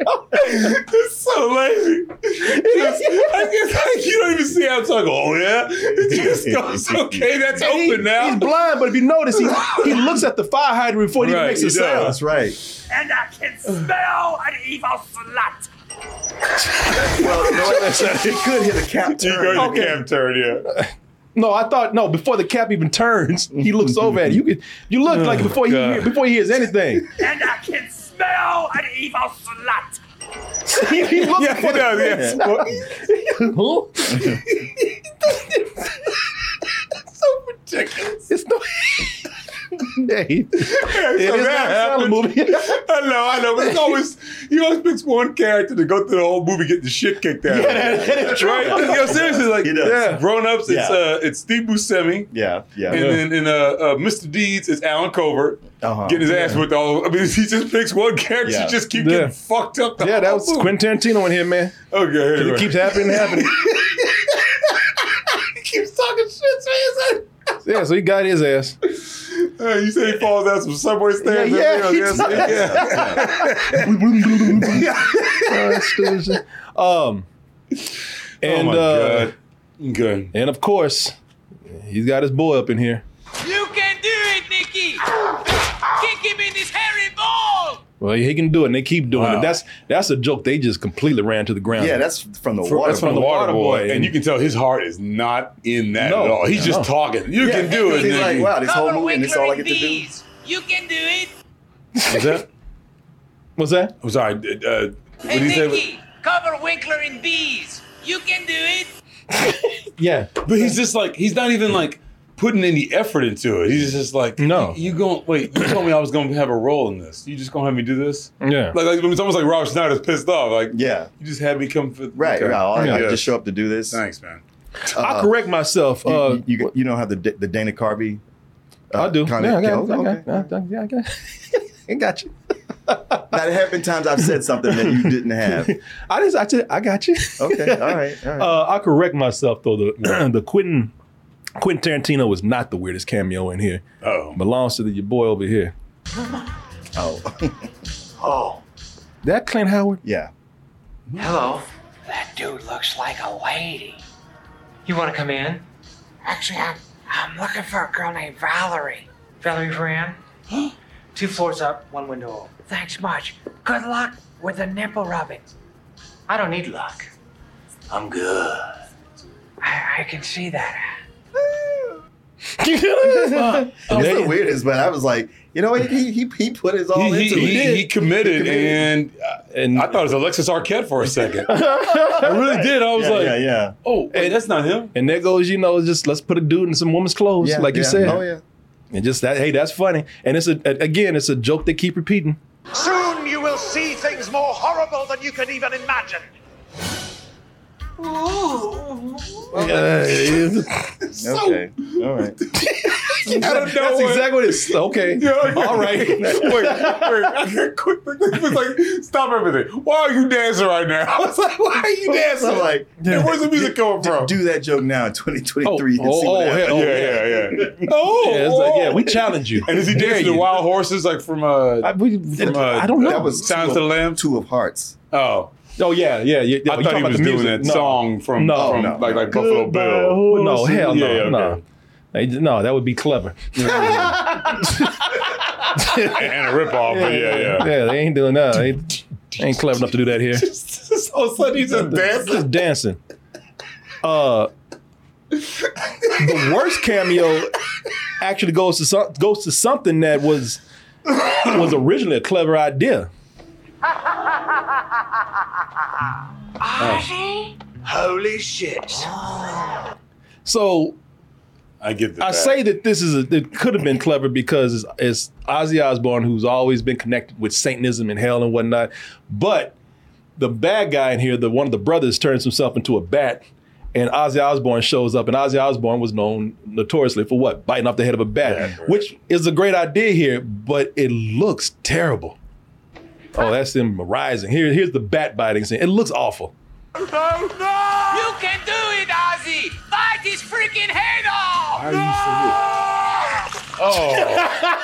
S3: It's so lazy. It's- I guess like, you don't even see how it's like, oh yeah. It just
S1: (laughs)
S3: goes, okay, that's
S1: And he-
S3: open now.
S1: He's blind, but if you notice, he,
S3: (laughs)
S1: he looks at the fire hydrant before he
S3: Right,
S1: even makes
S3: he
S1: a sound.
S3: does.
S2: That's right.
S3: (laughs)
S18: And I can smell an evil slut.
S2: Well, you know what? He could hit a cap
S3: You go
S2: turn.
S3: to
S1: Okay.
S3: camp turn,
S1: (laughs)
S3: yeah.
S1: No, I thought no. Before the cap even turns, he looks over at it. You could, you look
S3: Oh,
S1: like before he hear, before he hears anything.
S18: And I can smell an evil slut.
S1: he,
S3: (laughs)
S1: he looked
S3: Yeah, he
S1: for the- (laughs)
S3: does, yes. Well,
S1: Huh?
S3: (laughs) so ridiculous.
S1: It's no. yeah, he, it
S3: Every time
S1: is
S3: that
S1: not a
S3: happens-
S1: movie. (laughs)
S3: I know, I know, but it's always he always picks one character to go through the whole movie getting the shit kicked out.
S1: Yeah, that- that is true.
S3: Right? Yo, seriously, like
S2: He does.
S3: yeah, grown ups, it's
S2: Yeah.
S3: uh, it's Steve Buscemi,
S2: Yeah, yeah.
S3: and then in uh, uh, Mr. Deeds, it's Alan Covert
S2: Uh-huh.
S3: getting his ass whipped all. I mean, (laughs) he just picks one character,
S2: Yeah.
S3: just keep
S1: Yeah.
S3: getting fucked up. The
S1: yeah, that
S3: whole
S1: was
S3: movie.
S1: Quentin Tarantino in here, man.
S3: Okay,
S1: It
S3: anyway.
S1: keeps happening, and happening.
S3: he keeps talking shit to his
S1: Yeah, so he got his ass.
S3: Hey, you say he falls down some subway stairs?
S1: Yeah, yeah,
S3: every
S1: he
S3: other-
S1: does. (laughs) um, and
S3: Oh my
S1: uh,
S3: good.
S1: And of course, he's got his boy up in here.
S8: You can do it, Nikki. Kick him in his hairy ball.
S1: Well, he can do it, and they keep doing
S3: Wow.
S1: it. That's that's a joke. They just completely ran to the ground.
S3: Yeah, that's
S1: from
S3: that's from the water boy, and you can tell his heart is not in that
S1: No,
S3: at all. He's just
S1: no.
S3: talking. You
S1: Yeah,
S3: can do it.
S1: he's like,
S3: nigga.
S1: wow, this whole
S2: movie, and it's all I get to do.
S8: You can do it.
S3: What's that?
S1: What's that?
S3: I'm sorry. Uh, what
S8: Hey,
S3: did he say?
S8: Nikki, cover Winkler in bees. You can do it.
S1: Yeah,
S3: but he's just like he's not even like putting any effort into it. He's just like, no, you going wait. You told me I was going to have a role in this. You just going to have me do this?
S1: Yeah.
S3: Like, like it's almost like Rob Schneider's pissed off. Like, yeah, you just had me come for
S2: Right, right. I- I just show
S3: up to do this. Thanks, man.
S1: I'll correct myself.
S2: You,
S1: uh,
S2: you, uh, you, you don't have the D- the Dana Carvey.
S1: I do.
S2: Comment.
S1: Yeah, I got,
S2: Yeah,
S1: it.
S2: okay,
S1: I got,
S2: okay.
S1: it. I got, yeah, I got it. I got you.
S2: Now there have been times I've said something that you
S1: (laughs)
S2: didn't have.
S1: I just, I, just, I got you.
S2: Okay, all right, all right.
S1: Uh, I'll correct myself though. (clears throat) The the Quentin Quentin Tarantino was not the weirdest cameo in here.
S3: Oh,
S1: belongs to the, your boy over
S3: (laughs)
S1: here. Oh,
S4: Oh,
S1: that Clint
S3: (laughs)
S1: Howard.
S2: Yeah.
S4: hello. That dude looks like a lady.
S19: You want to come in?
S4: Actually, I'm, I'm looking for a girl named Valerie.
S19: Valerie Varan? Two floors up, one window open.
S4: Thanks much. Good luck with the nipple rubbing.
S19: I don't need luck.
S4: I'm good. I, I can see that.
S2: That's the weirdest, but I was like, you know, what? he he, he put his all
S3: He,
S2: into it.
S3: he, he, committed, and uh, and I thought it was Alexis Arquette for a second. I really did. I was
S1: Yeah,
S3: like,
S1: yeah, yeah.
S3: Oh, wait, that's not him.
S1: And there goes, you know, just let's put a dude in some woman's clothes,
S3: Yeah,
S1: like you
S3: yeah.
S1: said.
S3: Oh, yeah.
S1: And just that, hey, that's funny. And it's a, a- again, it's a joke they keep repeating.
S11: Soon you will see things more horrible than you can even imagine.
S2: okay. All right.
S3: Out of
S1: That's
S3: nowhere.
S1: exactly what it's.
S3: (laughs)
S1: Okay. All right.
S3: wait, wait, I got (laughs) quick. It was like, stop everything. Why are you dancing right now? (laughs) I was like, why
S2: (laughs)
S3: are you dancing? (laughs)
S2: I'm like,
S3: and where's the music coming from?
S2: Do that joke now in 2023. and
S3: oh,
S2: see what
S3: oh,
S2: happens.
S3: hell, yeah, yeah, yeah. Oh,
S2: Yeah, it's like, yeah, we challenge you.
S3: And is he
S2: Dare
S3: dancing to
S2: you.
S3: Wild Horses like from uh, I,
S2: (laughs)
S3: from, uh
S1: I don't know.
S3: That was Sounds to the Lamb,
S2: Two of Hearts.
S3: Oh.
S1: Oh yeah, yeah. yeah.
S3: I thought he was doing that song from, from like like Buffalo Bill.
S1: No, hell no,
S3: Yeah, yeah,
S1: no.
S3: okay.
S1: They- No, that would be clever.
S3: and a ripoff, but yeah, yeah.
S1: (laughs)
S3: (laughs)
S1: Yeah, they ain't doing that. They, they ain't clever enough to do that here.
S3: Just all of a sudden he's just dancing.
S1: Just dancing. Uh, the worst cameo actually goes to some, goes to something that was was originally a clever idea.
S8: Ozzy? Holy shit.
S1: So
S3: I get that.
S1: I say that this is a, it could have been clever because it's, it's Ozzy Osbourne who's always been connected with Satanism and hell and whatnot, but the bad guy in here, the one of the brothers, turns himself into a bat, and Ozzy Osbourne shows up, and Ozzy Osbourne was known notoriously for what biting off the head of a bat, which is a great idea here, but it looks terrible. Oh, that's him rising. Here, here's the bat biting scene. It looks awful.
S8: Oh no! You can do it, Ozzy! Bite his freaking head off!
S3: Oh. (laughs)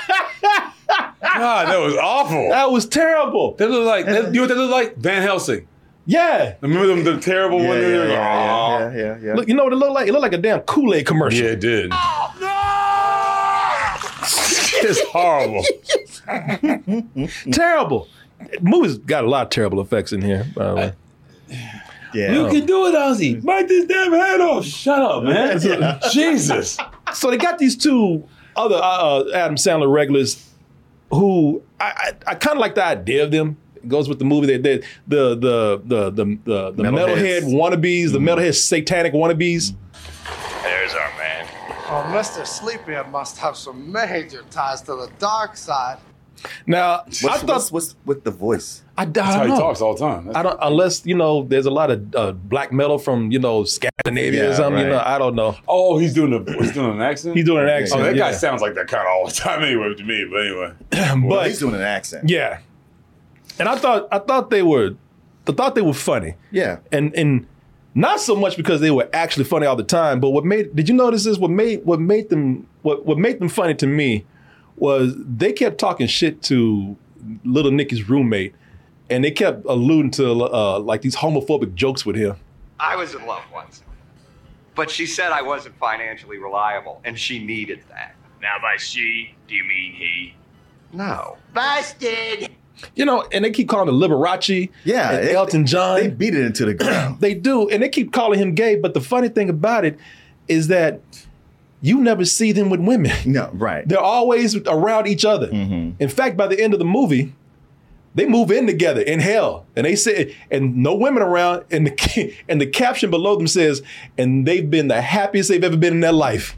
S3: God, that was awful.
S1: That was terrible.
S3: That looked like that, you know what that looked like? Van Helsing.
S1: Yeah.
S3: Remember them the terrible one?
S1: yeah,
S3: Yeah,
S1: yeah,
S3: yeah, yeah,
S1: Look, you know what it looked like? It looked like a damn Kool Aid commercial.
S3: Yeah, it did. (laughs) it's horrible.
S1: terrible. Movies got a lot of terrible effects in here, by the way.
S2: yeah.
S3: You can do it, Ozzy. Bite this damn head off. Shut up, man.
S1: Yeah.
S3: (laughs) Jesus.
S1: So they got these two other uh, uh, Adam Sandler regulars who I, I, I kind of like the idea of them. It goes with the movie they did. The the the the the, the metalhead
S20: Metalheads.
S1: wannabes, the metalhead satanic wannabes.
S20: There's our man.
S21: Oh, Mr. Sleepyhead must have some major ties to the dark side.
S1: Now I
S21: What's-
S1: thought
S21: what's-
S2: with the voice. Oh,
S1: I, I don't
S3: how he
S1: know.
S3: talks all the time.
S1: I don't unless you know there's a lot of uh, black metal from you know Scandinavia or
S3: Yeah,
S1: something. You know
S3: right.
S1: I don't know.
S3: Oh, he's doing a he's doing an accent.
S1: He's doing an accent,
S3: Oh, that guy
S1: yeah.
S3: sounds like that kind of all the time anyway to me. But
S1: (laughs)
S3: anyway,
S1: but
S2: he's doing an accent.
S1: Yeah. And I thought I thought they were I thought they were funny.
S2: Yeah.
S1: And and not so much because they were actually funny all the time, but what made did you notice this what made what made them what what made them funny to me was they kept talking shit to little Nicky's roommate, and they kept alluding to uh, like these homophobic jokes with him.
S5: I was in love once, but she said I wasn't financially reliable, and she needed that.
S20: Now, by she, do you mean he?
S5: No.
S7: Busted!
S1: You know, and they keep calling him Liberace,
S2: Yeah,
S1: and
S2: they-
S1: Elton John.
S2: They beat it into the ground.
S1: (clears throat) they do, and they keep calling him gay. But the funny thing about it is that you never see them with women. (laughs)
S2: No, right. Mm-hmm.
S1: They're always around each other. In fact, by the end of the movie, they move in together in hell, and they say, and no women around. And the (laughs) and the caption below them says, and they've been the happiest they've ever been in their
S2: (laughs)
S1: life.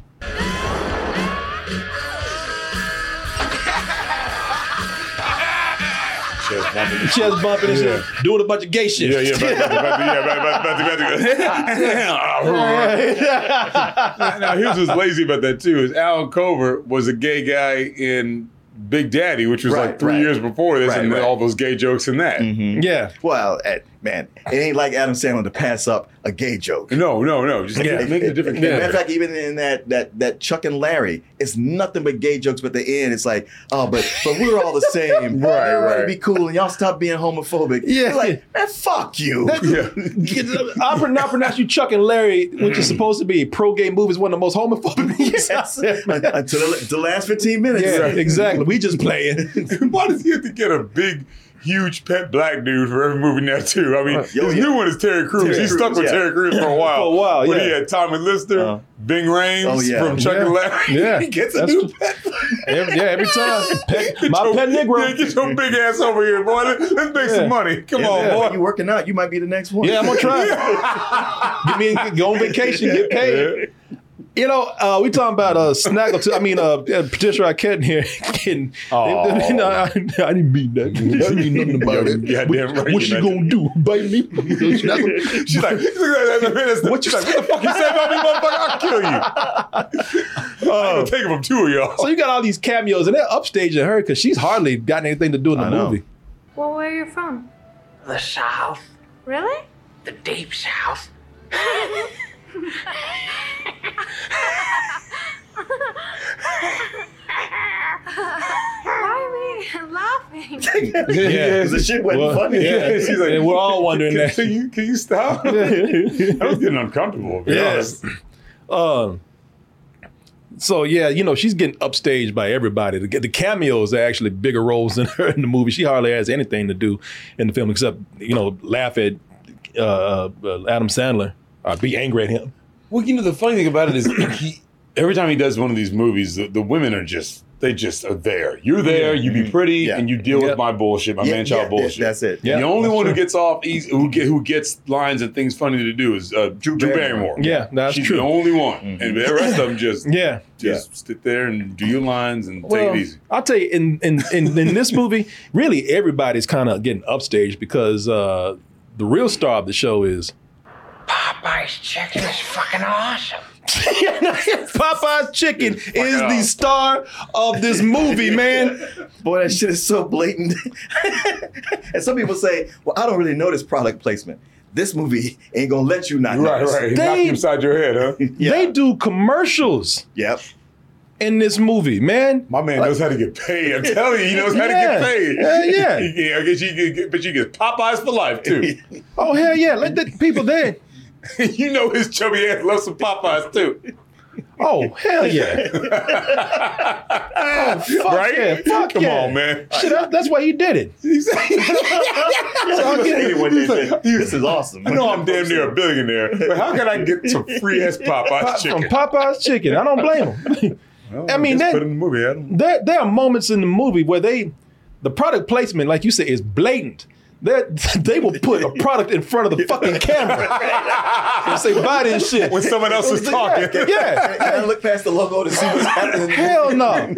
S3: Chest bumping.
S1: Chest bumping and shit, doing a bunch of gay shit.
S3: Yeah, yeah, about, about, yeah, about, about, about, (laughs) Ah, now, now, here's what's lazy about that too is Al Covert was a gay guy in Big Daddy, which was like
S2: Right,
S3: three
S2: right.
S3: years before this,
S2: Right,
S3: and
S2: right. Mm-hmm.
S3: all those gay jokes in
S1: (laughs)
S3: that.
S1: Yeah.
S2: Well, eh, man, it ain't like Adam Sandler to pass up a gay joke.
S3: No, no, no. Just
S2: Yeah.
S3: make, make it a different
S2: Matter of
S3: character.
S2: fact, even in that that that Chuck and Larry, it's nothing but gay jokes. But the end, it's like, oh, but but we're all
S3: (laughs)
S2: the same.
S3: Right,
S2: Everybody
S3: right.
S2: Be cool, and y'all stop being homophobic.
S1: Yeah.
S2: You're like man, fuck you.
S1: That's- I pro- now pronounce you Chuck and Larry, which is supposed to be pro gay movie, is one of the most homophobic movies. (laughs) out
S2: Mm-hmm. (laughs) Yes.
S1: there.
S2: Until the, the last fifteen minutes.
S1: Yeah, exactly. We just playing.
S3: (laughs) Why does he have to get a big, huge pet black dude for every movie now too? I mean, his new one is Terry Crews.
S2: Terry
S3: He's stuck
S2: Crews,
S3: with
S2: yeah. (laughs)
S3: Terry Crews for a while.
S1: For a while,
S3: But
S1: yeah.
S3: he had Tommy Lister,
S2: Uh-huh.
S3: Bing Rames
S1: Oh, yeah.
S3: from Chuck
S1: Yeah.
S3: and Larry.
S1: (laughs) Yeah.
S3: he gets a
S1: That's
S3: new
S1: true.
S3: pet.
S1: Every- yeah, every time. Pet-
S3: Get
S1: my
S3: your-
S1: pet Negro.
S3: Yeah, get your big ass over here, boy. Let's let's make
S1: Yeah.
S3: some money. Come
S2: Yeah,
S3: on,
S2: man,
S3: boy.
S2: You working out? You might be the next one.
S1: Yeah, I'm gonna try. Get me go on vacation, get
S3: (laughs)
S1: paid. You know, uh, we talking about uh, Snaggle. I mean, uh, Patricia Arquette in here. (laughs) Getting,
S3: Aw.
S1: no, I, I didn't mean that. I didn't mean nothing about it.
S3: Goddamn right.
S1: What you gonna do? Bite (laughs) me? Snaggle?
S3: She's like, she's like, what you like, what the fuck you (laughs) say about me, motherfucker? I'll kill you. I'm gonna take it from two of y'all.
S1: So you got all these cameos, and they're upstaging her because she's hardly got anything to do in the movie.
S17: Well, where are you from?
S4: The South,
S17: Really?
S4: the Deep South.
S17: Why are we laughing?
S1: Yeah.
S2: the shit wasn't
S1: Well,
S2: funny.
S1: (laughs) yeah.
S3: (laughs) She's like,
S1: And we're all wondering
S3: (laughs) can,
S1: that.
S3: Can you, can you stop? I was getting uncomfortable. To be
S1: Yes. (clears throat)
S3: honest.
S1: Um. So yeah, you know she's getting upstaged by everybody. The, the cameos are actually bigger roles than (laughs) her in the movie. She hardly has anything to do in the film except you know laugh at uh, uh, Adam Sandler or be angry at him.
S3: Well, you know, the funny thing about it is he, every time he does one of these movies, the, the women are just, they just are there. You're there, you be pretty, and you deal with my bullshit, my
S2: Yeah,
S3: man child
S2: yeah,
S3: bullshit.
S2: that- that's it.
S3: The
S2: Yeah,
S3: only
S2: that's
S3: one who
S2: true.
S3: gets off easy, who, get, who gets lines and things funny to do is uh, Drew, Drew Barrymore.
S1: Barrymore. Yeah, that's
S3: She's
S1: true. Mm-hmm.
S3: the only one. And the rest of them just,
S1: (laughs) Yeah.
S3: just sit there and do your lines and take it easy.
S1: I'll tell you, in in in, in this movie, really everybody's kind of getting upstaged because uh, the real star of the show is
S4: Popeye's chicken is fucking
S1: (laughs)
S4: awesome.
S1: Popeye's chicken is the star of this movie, man.
S2: (laughs) Boy, that shit is so blatant. (laughs) and some people say, well, I don't really notice product placement. This movie ain't gonna let you not
S3: Right,
S2: notice.
S3: right. Knock
S1: They-
S3: you upside your head, huh?
S1: They do commercials (laughs)
S2: Yep.
S1: in this movie, man.
S3: (laughs) My man knows how to get paid. I'm telling you, he knows how
S1: Yeah.
S3: to get paid.
S1: Yeah, yeah.
S3: (laughs) yeah, I guess you could get, but you get Popeyes for life too.
S1: Oh hell yeah! Let the people there.
S3: (laughs) you know his chubby ass loves some Popeyes
S1: (laughs)
S3: too,
S1: Oh hell yeah! oh fuck
S3: right?
S1: yeah! Fuck
S3: Come
S1: yeah.
S3: on, man.
S1: Shit, that- that's why he did it. (laughs)
S3: He's like,
S2: this
S1: (laughs)
S2: is awesome.
S3: I know I'm damn near a billionaire, but how can I get some free ass Popeyes
S1: From
S3: chicken?
S1: Popeye's chicken. I don't blame (laughs) him.
S3: Well,
S1: I mean, that-
S3: just put it in the movie, Adam.
S1: there, there are moments in the movie where they, the product placement, like you said, is blatant. They're, (laughs) they will put a product in front of the fucking (laughs) camera and say buy this shit (laughs)
S3: When someone else is talking.
S1: Yeah, yeah.
S2: Can I look past the logo to see what's
S1: (laughs)
S2: happening?
S1: hell no.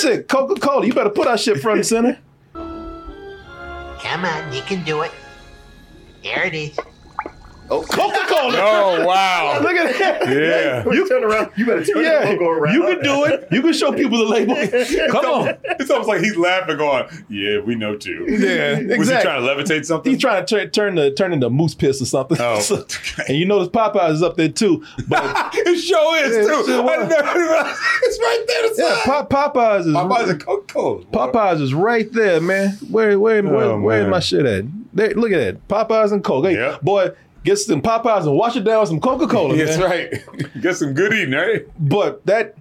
S1: Shit, Coca Cola, you better put our shit front and center.
S7: Come on, you can do it. There it is.
S1: Oh. Coca Cola.
S3: (laughs) Oh, wow.
S1: (laughs) Look at that.
S3: Yeah.
S1: You turn around. You better turn yeah. logo around. You can do it. You can show people the label. (laughs) Come on.
S3: (laughs) It's almost like he's laughing, going, "Yeah, we know too."
S1: Yeah,
S3: Was he
S1: exactly.
S3: trying to levitate something?
S1: He's trying to tur- turn the turn into moose piss or something.
S3: Oh.
S1: So- (laughs) and you notice Popeyes is up there too. (laughs) But
S3: it sure is
S1: Yeah, it
S3: too.
S1: sure
S3: I
S1: was.
S3: never realized (laughs) it's right there. To
S1: yeah, Pop- Popeyes is
S3: Popeyes and Coca Cola.
S1: Popeyes is right there, man. Where where where,
S3: Oh,
S1: where is
S3: man.
S1: my shit at? There, look at that. Popeyes and Coke. Hey, boy, get some Popeyes and wash it down with some Coca Cola.
S3: That's right. (laughs) Get some good eating, right?
S1: But that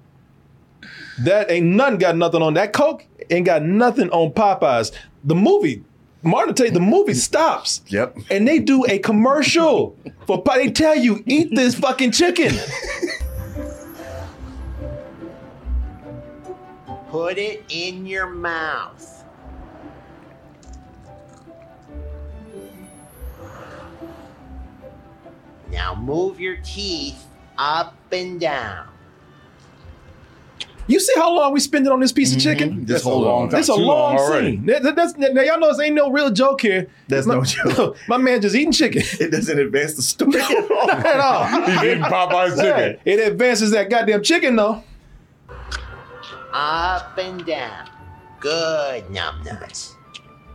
S1: that ain't nothing got nothing on that Coke ain't got nothing on Popeyes. The movie, Martin Tate, the movie stops.
S2: Yep.
S1: And they do a commercial for Pop- they tell you, eat this fucking chicken.
S7: Put it in your mouth. Now move your teeth up and down.
S1: You see how long we spending on this piece
S3: Mm-hmm.
S1: of chicken?
S2: This That's a whole long long- time.
S1: It's a
S2: Too
S1: long,
S2: long already.
S1: scene. That- that- that's- now y'all know this ain't no real joke here.
S2: There's
S1: (laughs) my,
S2: no joke.
S1: My man just eating
S3: (laughs)
S1: chicken.
S2: It doesn't advance the story at all.
S1: Not (laughs) at all.
S3: He's eating Popeye's
S1: Yeah,
S3: chicken.
S1: It advances that goddamn chicken though.
S7: Up and down. Good num nuts.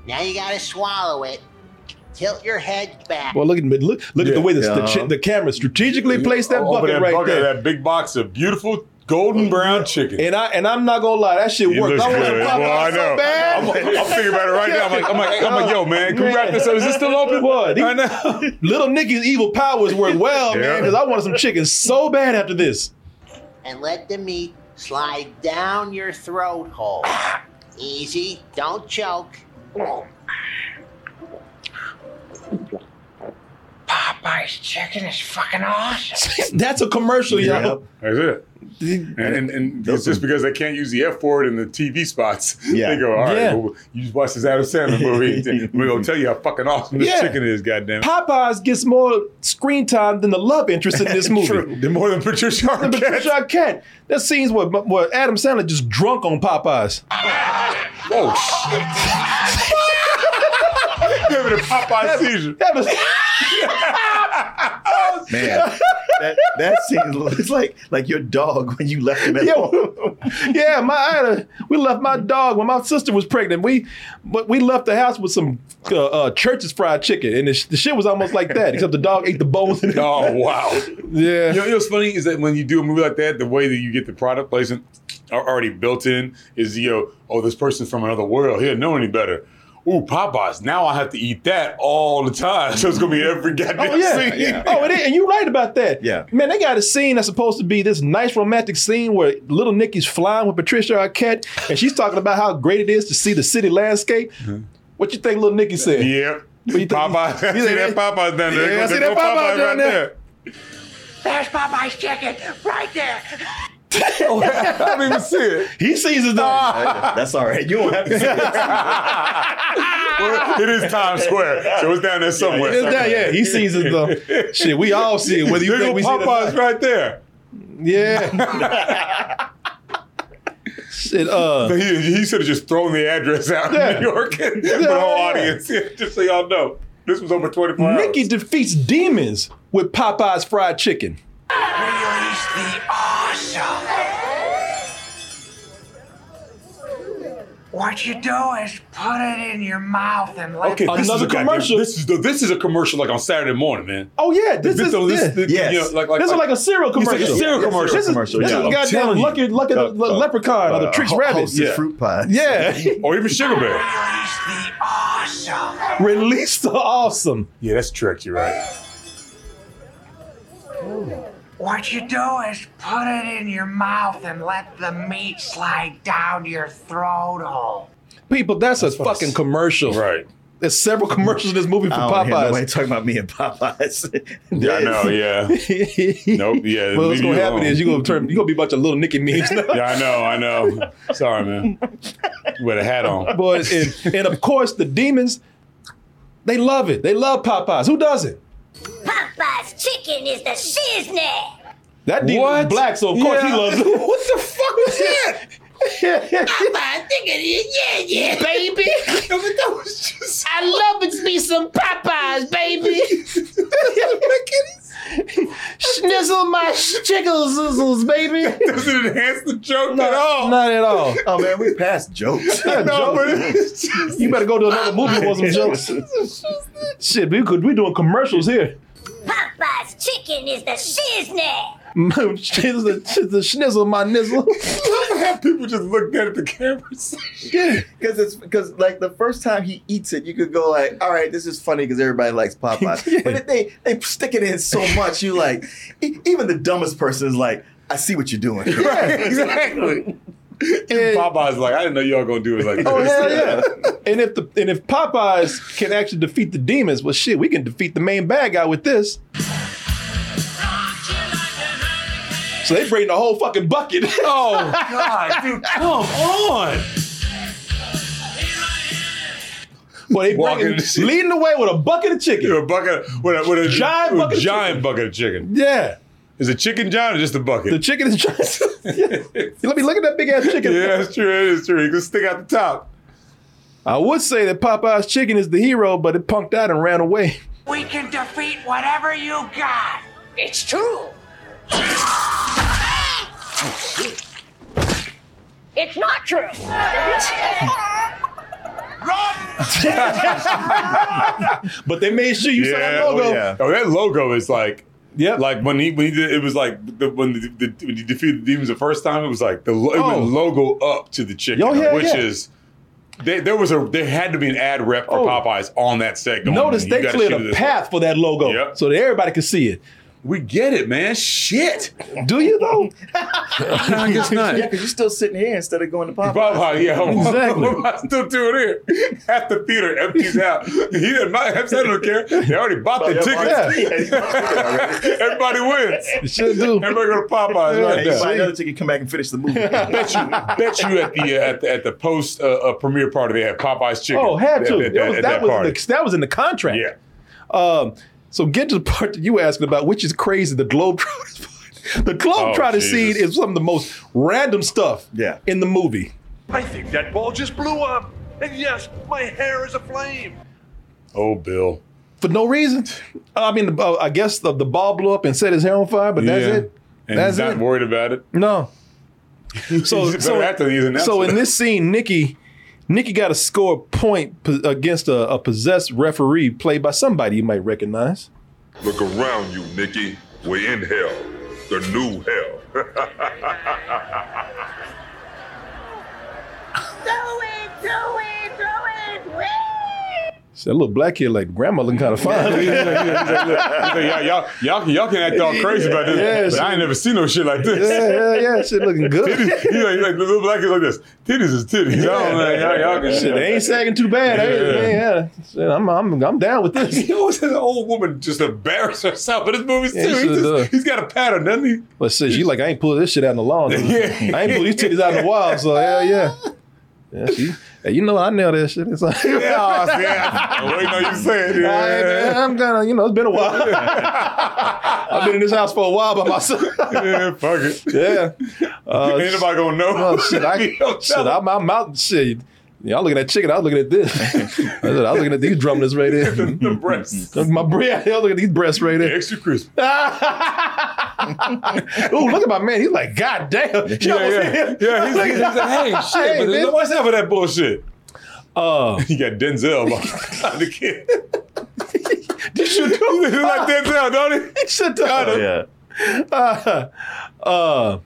S7: Now you gotta swallow it. Tilt your head back.
S1: Well, look at look look at the way this, the,
S3: Yeah. Uh-huh.
S1: chi- the camera strategically placed that
S3: Open
S1: bucket
S3: that
S1: right
S3: bucket,
S1: there.
S3: That big box of beautiful golden brown chicken.
S1: And I and I'm not gonna lie, that shit
S3: It
S1: worked.
S3: looks
S1: I wanted
S3: good.
S1: Popeyes
S3: Well, I
S1: so
S3: know.
S1: bad.
S3: I'm, I'm thinking about it right now. I'm like, I'm like, I'm like, yo, (laughs) man, can we wrap this up? Is this
S1: (laughs)
S3: still open?
S1: What?
S3: I know.
S1: (laughs) Little Nicky's evil powers work well,
S3: (laughs) Yeah.
S1: man, because I wanted some chicken so bad after this. (laughs)
S7: and let the meat slide down your throat hole. Easy, don't choke.
S4: Popeye's chicken is fucking awesome.
S1: That's a commercial,
S3: Yeah.
S1: y'all.
S3: That's it. And, and, and it's just because they can't use the F word in the TV spots, (laughs)
S2: Yeah.
S3: they go, all right,
S1: Yeah.
S3: well, you just watch this
S1: (laughs)
S3: Adam Sandler movie. and We're going to tell you how fucking awesome this
S1: Yeah.
S3: chicken is, goddamn.
S1: Popeyes gets more screen time than the love interest in
S2: (laughs)
S1: this movie.
S3: They're more than Patricia
S1: Than
S3: Arquette.
S1: Patricia Arquette. That scene's where, where Adam Sandler just drunk on
S2: (laughs)
S1: Popeyes.
S3: (laughs) Whoa, shit. Oh, Give it a Popeye seizure.
S1: That was (laughs)
S2: Man, that, that scene it's like like your dog when you left him at home.
S1: (laughs) yeah, my I had a, we left my dog when my sister was pregnant. We but we left the house with some uh, uh, church's fried chicken, and the, sh- the shit was almost like that, except the dog ate the bones.
S2: (laughs)
S3: Oh wow!
S1: Yeah.
S3: You know, you know what's funny is that when you do a movie like that, the way that you get the product placement are already built in is you know, oh, this person's from another world. He didn't know any better. Ooh, Popeyes. Now I have to eat that all the time. (laughs) So it's gonna be every goddamn
S1: Oh yeah.
S3: scene.
S1: Oh, it is. and you're right about that.
S2: Yeah.
S1: Man, they got a scene that's supposed to be this nice romantic scene where little Nicky's flying with Patricia Arquette, and she's talking about how great it is to see the city landscape. What you think, little Nicky said?
S3: Yep. Popeyes.
S1: you
S3: see
S1: think-
S3: that Popeyes down there.
S1: Yeah, I
S3: There's
S1: see
S3: no
S1: that Popeyes down there.
S4: There's Popeye's chicken right there.
S3: I don't even see it.
S1: He sees his dog.
S2: That's all right. You don't have to see
S3: Well, (laughs) it is Times Square, so it's down there somewhere.
S1: It's down- yeah, he sees it though. Shit, we all see it. Whether you
S3: There
S1: think
S3: go
S1: we see it or
S3: Popeyes right there.
S1: Yeah. Shit, uh,
S3: he, he should have just thrown the address out
S1: Yeah.
S3: in New York and for
S1: Yeah,
S3: the whole
S1: yeah.
S3: audience, just so y'all know. This was over 24 hours.
S1: Nikki defeats demons with Popeye's fried chicken.
S4: Release the awesome. What you do is put it in your mouth and let
S3: Okay, this
S1: Another
S3: is a goddamn-
S1: commercial.
S3: This is the, this is a commercial like on Saturday
S1: (laughs)
S3: morning, man.
S1: Oh yeah, this, is yeah.
S3: yeah, you know, like, like,
S1: this is like a cereal
S3: It's
S1: commercial.
S3: like a cereal commercial.
S1: This is,
S3: Commercial,
S1: this
S3: yeah.
S1: is
S3: I'm telling
S1: goddamn
S3: you.
S1: lucky, lucky
S3: Uh,
S1: the leprechaun or the tricks rabbit.
S2: Hostess fruit pie.
S1: Yeah, (laughs)
S3: or even Sugar Bear.
S4: awesome.
S1: release the awesome.
S3: Yeah, that's trick. You're right.
S4: What you do is put it in your mouth and let the meat slide down your throat hole.
S1: People, that's, a fucking commercial.
S3: Right.
S1: There's several commercials in this movie for
S2: I don't hear nobody
S1: Popeyes.
S2: talking about me and Popeyes. (laughs)
S3: Yeah, I know.
S1: (laughs)
S3: Yeah. nope. Yeah.
S1: well, what's
S3: leave you
S1: gonna happen
S3: alone.
S1: is you're gonna turn, you're gonna be a bunch of little Nicky memes. (laughs) now.
S3: (laughs) Yeah, I know. I know. Sorry, man. With a hat on.
S1: But and, and of course the demons, they love it. They love Popeyes. Who doesn't?
S15: Popeye's chicken is the shiznit.
S8: (laughs)
S1: That demon is black, so of course he loves it.
S3: What the fuck was that?
S8: Papa, diggity, yeah, yeah,
S1: (laughs)
S8: baby. I love it to be some Popeyes, baby. Schnizzle my chickle sizzles, baby. That doesn't enhance the joke at
S1: (laughs)
S8: all.
S1: Not at all.
S2: Oh man, we passed jokes.
S1: Yeah, jokes. you better go to another movie for (laughs) some
S8: (laughs)
S1: jokes. Shit, we could we doing commercials here.
S6: Popeye's chicken is the shiznit.
S1: Shizzle, shizzle, schnizzle, my nizzle.
S3: have people just look dead at the cameras.
S2: Because it's because like the first time he eats it, you could go like, all right, this is funny because everybody likes
S3: (laughs)
S2: Popeyes. But if they they stick it in so much, you like e- even the dumbest person is like, I see what you're doing.
S3: (laughs) Right,
S2: (laughs)
S3: (laughs) exactly. Even Popeye's like, I didn't know y'all gonna do it like
S1: Oh
S3: this.
S1: hell yeah! and if the and if Popeyes can actually defeat the demons, well shit, we can defeat the main bad guy with this. So they bring the whole fucking bucket.
S3: (laughs)
S1: (laughs)
S3: Oh God, dude, come on!
S1: Well, they bring
S3: Walking-
S1: leading the way with a bucket of chicken.
S3: a bucket with a, with a
S1: Giant
S3: with a
S1: bucket of
S3: giant
S1: chicken.
S3: bucket of chicken.
S1: Yeah,
S3: Is it chicken giant or just a bucket?
S1: the chicken is (laughs) just. Let me look at that big ass chicken.
S3: yeah, that's true. It is true. You can stick out the top.
S1: I would say that Popeye's chicken is the hero, but it punked out and ran away. (laughs)
S4: We can defeat whatever you got. It's true.
S8: It's not true.
S1: But they made sure you saw that
S3: oh,
S1: logo.
S3: yeah. Oh, that logo is like.
S1: Yeah,
S3: like when he when he did, it was like the, when the, the, when he defeated the demons the first time it was like the lo- it
S1: Oh.
S3: was logo up to the chicken,
S1: Oh, yeah,
S3: which
S1: yeah.
S3: is they, there was a there had to be an ad rep for
S1: Oh.
S3: Popeyes on that segment.
S1: Notice
S3: You
S1: they
S3: gotta
S1: cleared
S3: shoot it
S1: a
S3: this
S1: path for that logo
S3: Yep.
S1: so that everybody could see it.
S3: We get it,
S1: (laughs)
S3: man. Shit.
S1: Do you though?
S3: No, I guess not.
S2: Yeah, because you're still sitting here instead of going to Popeyes.
S3: (laughs) Popeye, yeah, (laughs)
S1: Exactly.
S3: what am I still doing here? Half the theater empties out. He didn't mind. I don't care. They already bought the tickets. (laughs)
S1: (laughs)
S3: Everybody wins.
S1: It should do.
S3: Everybody go to Popeyes right
S2: Hey, you buy
S3: now.
S2: another ticket, come back and finish the
S3: (laughs)
S2: movie.
S3: bet you, bet you at the uh, at the, at the post uh, uh, premiere party they had Popeyes chicken.
S1: Oh, had
S3: at-
S1: to.
S3: at-
S1: It
S3: at-
S1: was-
S3: at
S1: that,
S3: that
S1: was
S3: party.
S1: in the, that was in the contract.
S3: yeah.
S1: Um, so get to the part that you were asking about, which is crazy. The (laughs) Globetrotters part. The Globetrotter
S3: Oh,
S1: scene
S3: Jesus.
S1: is some of the most random stuff
S2: Yeah.
S1: in the movie.
S16: I think that ball just blew up. And yes, my hair is aflame.
S3: Oh, Bill.
S1: For no reason. I mean, uh, I guess the, the ball blew up and set his hair on fire, but that's
S3: Yeah.
S1: it.
S3: And
S1: That's
S3: he's not
S1: it.
S3: worried about it.
S1: No. (laughs) So,
S3: He's better
S1: so,
S3: actor than he's an
S1: so
S3: actor. (laughs)
S1: in this scene, Nikki, Nikki got to score a point po- against a, a possessed referee played by somebody you might recognize.
S9: Look around you, Nikki. We're in hell. The new hell.
S1: So that little black kid, like grandma, looking kind of
S2: (laughs)
S1: fine.
S3: He's like, he's like, look, he's like, y'all, y'all, y'all, can, y'all can
S1: (laughs)
S3: act all crazy about this,
S1: Yeah,
S3: but
S1: shit.
S3: I ain't never seen no shit like this.
S1: yeah, yeah, yeah. Shit looking
S3: Titties,
S1: good.
S3: (laughs) he's like, he's like, the little black is like this. Titties is titties. I don't know. Y'all, y'all
S1: (laughs)
S3: can.
S1: Shit, they ain't sagging too bad.
S3: Yeah.
S1: Yeah, yeah. Shit, I'm, I'm, I'm down with this.
S3: (laughs) He always has an old woman just embarrass herself in his movies
S1: Yeah, he
S3: too. He
S1: sure
S3: just-
S1: does.
S3: he's got a pattern, doesn't he?
S1: (laughs) But sis, you like I ain't pulling this shit out in the lawn. (laughs)
S3: Yeah.
S1: I ain't pull these titties out in the wild. So hell yeah. Yeah, she, hey, you know I nailed that shit. It's like, (laughs)
S3: Yeah, see, I- (laughs) I waiting on you saying it.
S1: I, am gonna, you know, it's been a (laughs) while. I've been in this house for a while by myself. (laughs)
S3: (laughs) Yeah, fuck it.
S1: yeah. Uh,
S3: Ain't nobody gonna know.
S1: Oh, shit, (laughs)
S3: (laughs)
S1: I,
S3: You don't
S1: shit,
S3: tell
S1: I'm, I'm out. Shit, y'all looking at chicken. I was looking at this. (laughs) I, said, I was looking at these drumlets right (laughs)
S3: them.
S1: there.
S3: the breasts.
S1: My (laughs) breath. I was looking at these breasts right there.
S3: Extra crisp.
S1: (laughs) Ooh, look at my man. He's like, God damn. She
S3: Yeah,
S1: almost hit
S3: (laughs) yeah.
S1: him. (laughs)
S3: yeah he's, he's like, (laughs) hey, shit.
S1: Hey,
S3: but
S1: bitch.
S3: no one's up for that bullshit. (laughs)
S1: Uh,
S3: You got Denzel behind (laughs) the kid. Did you do (laughs) it? like Denzel, don't he?
S1: shut up.
S2: Oh, yeah.
S1: Uh, uh,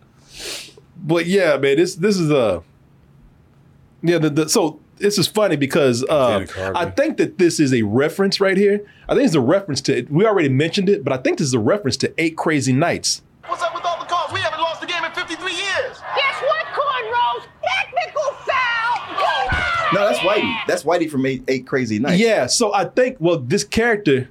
S1: but yeah, man, this this is uh yeah. The, the so this is funny because uh,
S3: Dana Carvey.
S1: I think that this is a reference right here. I think it's a reference to we already mentioned it, but I think this is a reference to Eight Crazy Nights.
S8: What's up with all the calls? We haven't lost the game in 53 years.
S22: Guess what, cornrows? Technical foul! Get out of
S2: No, that's
S22: here!
S2: Whitey. That's Whitey from Eight, Eight Crazy Nights.
S1: Yeah, so I think well this character.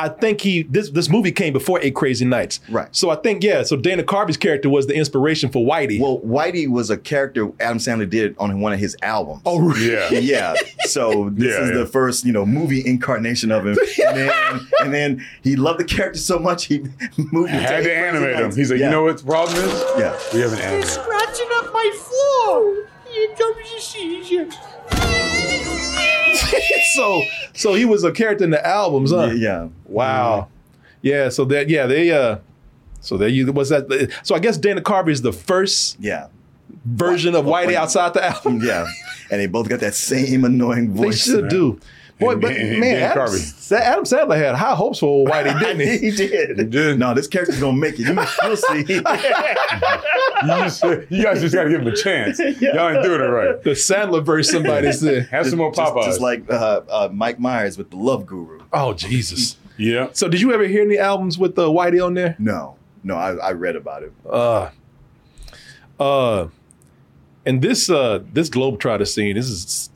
S1: I think he this this movie came before Eight Crazy Nights,
S2: Right.
S1: So I think yeah. So Dana Carvey's character was the inspiration for Whitey.
S2: Well, Whitey was a character Adam Sandler did on one of his albums.
S1: oh,
S3: (laughs)
S1: really?
S3: Yeah.
S2: Yeah. So this
S3: Yeah,
S2: is
S3: yeah.
S2: the first, you know, movie incarnation
S3: (laughs)
S2: of him. And then, and then he loved the character so much he (laughs) moved. it
S3: Had
S2: Eight
S3: to
S2: Crazy
S3: animate him.
S2: Nights.
S3: He's like,
S2: Yeah.
S3: you know what the problem is?
S2: Yeah.
S3: We haven't animated.
S22: Scratching up my floor!
S8: here comes the seizure.
S1: (laughs) so so he was a character in the albums, huh? Yeah. Wow. Yeah. So that yeah they uh so they you was that so I guess Dana Carvey is the first
S2: yeah
S1: version of Whitey outside the album.
S2: Yeah. And they both got that same
S1: (laughs)
S2: annoying
S1: They
S2: voice.
S1: should do. Boy, but man, Adam, Sa- Adam Sandler had high hopes for old Whitey, didn't (laughs) he?
S2: (laughs) he did. He did. No, this character's gonna make it. You, will see.
S3: You, just, (laughs) you guys just gotta give him a (laughs) chance. Y'all ain't doing it right.
S1: The Sandler verse, somebody said.
S3: Have some more
S2: Just-
S3: Popeyes.
S2: Just, like uh, uh, Mike Myers with the Love Guru.
S1: (laughs) Oh Jesus.
S3: Yeah.
S1: So did you ever hear any albums with uh, Whitey on there?
S2: No, no, I, I read about it.
S1: Uh, uh, and this uh this Globetrotter scene, this is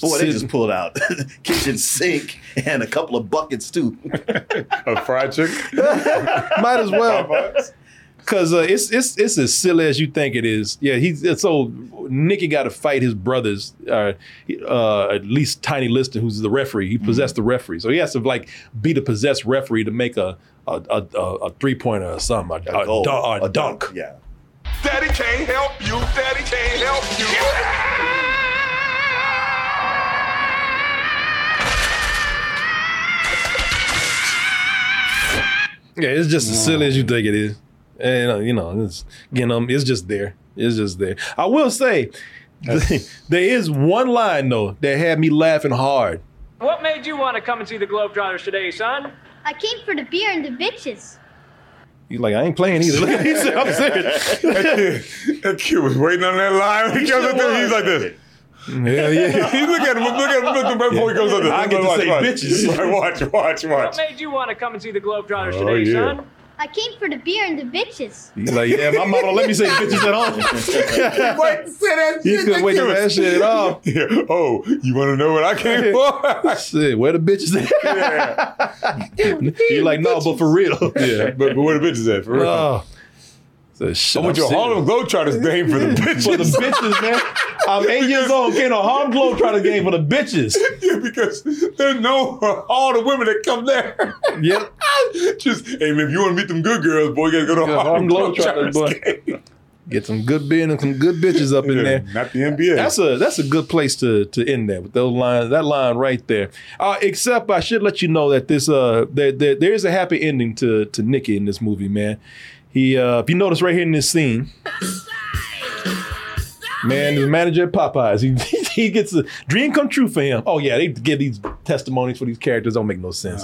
S2: Boy, they just pulled out (laughs) kitchen sink and a couple of buckets too.
S3: a fried chicken.
S1: (laughs)
S3: (laughs)
S1: Might as well. Cause uh, it's it's it's as silly as you think it is. Yeah, he's so Nicky got to fight his brothers, uh, uh, at least Tiny Lister, who's the referee. He possessed the referee, so he has to like be the possessed referee to make a a, a, a, a three pointer or something, a, a,
S2: goal,
S1: dun- a dunk.
S2: oh, Yeah,
S8: Daddy can't help you. Daddy can't help you.
S1: yeah, it's just as silly as you think it is. And uh, you know, it's you know, it's just there. It's just there. I will say, (laughs) there is one line though that had me laughing hard.
S12: What made you want to come and see the Globetrotters today, son?
S15: I came for the beer and the bitches.
S1: He's like, I ain't playing either. (laughs) Look at said, I'm serious. (laughs)
S3: that, kid, that kid was waiting on that line. (laughs) He comes up there, he's like this.
S1: Yeah, yeah.
S3: He's looking at him, look at him, look at him right before he goes up there.
S1: I get to
S3: Watch,
S1: say
S3: watch.
S1: bitches.
S3: (laughs) Watch, watch, watch.
S12: What made you want to come and see the Globetrotters
S3: Oh,
S12: today,
S3: yeah.
S12: son?
S15: I came for the beer and the bitches.
S1: He's like, yeah, my mama don't let me say bitches at home. (laughs) He couldn't wait to that shit at all.
S3: (laughs) Yeah. Oh, you want to know what I
S1: (laughs)
S3: came for?
S1: Shit, where the bitches (laughs) at? He's like, no, but for (laughs) real.
S3: (laughs) yeah, but, but where the bitches at? For real.
S1: Oh. So shit,
S3: I want
S1: I'm
S3: your Harlem Globetrotters name for the
S1: (laughs)
S3: bitches.
S1: for the bitches, man. I'm eight years old, getting a Harlem Globetrotter game for the bitches.
S3: (laughs) Yeah, because there's no all the women that come there. (laughs)
S1: Yep.
S3: Just hey, man, if you want to meet them good girls, boy, you gotta go to
S1: Yeah,
S3: Harlem
S1: Harlem Globetrotters,
S3: Globetrotters. (laughs)
S1: boy. Get some good beer and some good bitches up in
S3: Yeah,
S1: there.
S3: Not the NBA.
S1: That's a that's a good place to to end that with those lines. That line right there. Uh, except I should let you know that this uh there, there there is a happy ending to to Nicky in this movie, man. He uh if you notice right here in this scene. Man, the manager at Popeyes, he, (laughs) he gets a dream come true for him. Oh yeah, they give these testimonies for these characters don't make no sense.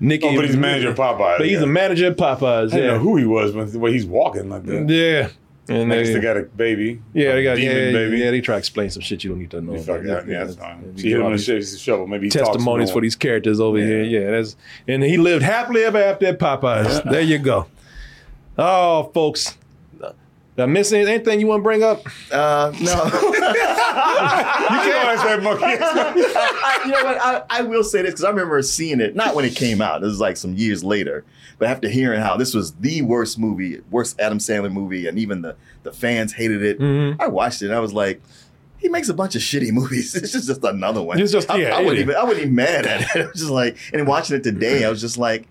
S1: Nicky,
S3: Oh, but he's manager at Popeyes,
S1: But he's
S3: yeah.
S1: a manager at Popeyes.
S3: I didn't
S1: yeah.
S3: know who he was, but the way he's walking like that.
S1: Yeah. And
S3: Next,
S1: they-
S3: they got a baby.
S1: yeah, they got
S3: demon
S1: yeah,
S3: baby.
S1: yeah, they try to explain some shit you don't need to know.
S3: He
S1: about.
S3: fuck out, yeah, that's fine.
S1: You
S3: She hit
S1: get
S3: him
S1: all
S3: in the
S1: these
S3: shit, he's a shovel. Maybe he talks to
S1: testimonies
S3: no
S1: for
S3: (laughs) one.
S1: these characters over here. Yeah, that's and he lived happily ever after at Popeyes. there you go. Oh, folks. Did I miss any- anything you want to bring up?
S2: Uh, no. (laughs)
S3: You can't ask that monkey.
S2: I, you know what? I, I will say this because I remember seeing it, not when it came out. This is like some years later, but after hearing how this was the worst movie, worst Adam Sandler movie, and even the the fans hated it.
S1: Mm-hmm.
S2: I watched it and I was like, he makes a bunch of shitty movies. (laughs) This is just another one.
S1: It's just-
S2: I,
S1: yeah,
S2: I
S1: it
S2: wouldn't
S1: is.
S2: even I wouldn't even mad at it. (laughs) I was just like, and watching it today, I was just like,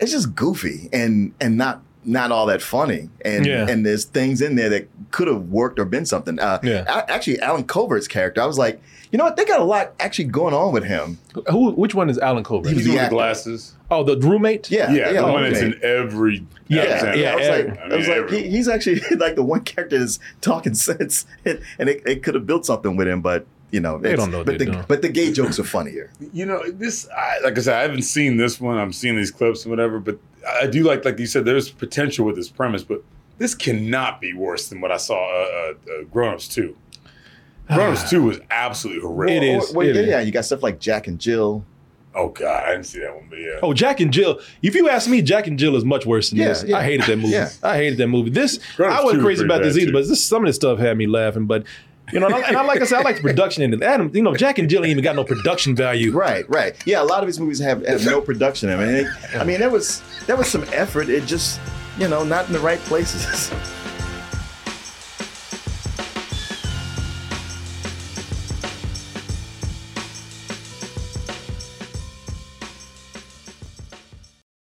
S2: it's just goofy and and not not all that funny and
S1: Yeah.
S2: and there's things in there that could have worked or been something uh
S1: Yeah.
S2: a- actually alan colbert's character i was like you know what they got a lot actually going on with him
S1: Who? Which one is Alan Colbert?
S2: He was
S3: He's with
S2: Yeah.
S3: the glasses.
S1: Oh, the roommate.
S2: yeah
S3: Yeah, the one that's
S2: okay.
S3: in every.
S1: Yeah,
S3: Alexander.
S1: yeah,
S2: I was like,
S3: I
S2: I
S3: mean,
S2: was like
S3: every-
S2: he, he's actually (laughs) like the one character that's talking (laughs) sense, and, and it, it could have built something with him, but you know,
S1: They
S2: it's-
S1: don't know what
S2: But
S1: they're
S2: the,
S1: doing.
S2: but the gay jokes are funnier.
S3: You know, this I, like I said, I haven't seen this one. I'm seeing these clips and whatever, but I do like, like you said, there's potential with this premise, but this cannot be worse than what I saw. Uh, uh, uh, Grown Ups Two.
S1: (sighs)
S3: Grown Ups Two was absolutely
S1: (laughs)
S3: horrific.
S1: It is.
S2: Well,
S1: it
S2: yeah,
S1: is.
S2: yeah, you got stuff like Jack and Jill.
S3: Oh God, I didn't see that one, but yeah.
S1: Oh, Jack and Jill. If you ask me, Jack and Jill is much worse than
S2: Yeah,
S1: this.
S2: yeah.
S1: I hated that movie.
S2: Yeah.
S1: I hated that movie. This
S3: Grown-ups
S1: I
S3: two
S1: wasn't
S3: was
S1: crazy
S3: pretty
S1: about this
S3: bad,
S1: either,
S3: too.
S1: but this some of this stuff had me laughing. But you know, and I, and I- like I said, I like the production in it. Adam, you know, Jack and Jill ain't even got no production value.
S2: Right, right. Yeah, a lot of his movies have, have no production. I mean, it, I mean, there was there was some effort. It just you know not in the right places. (laughs)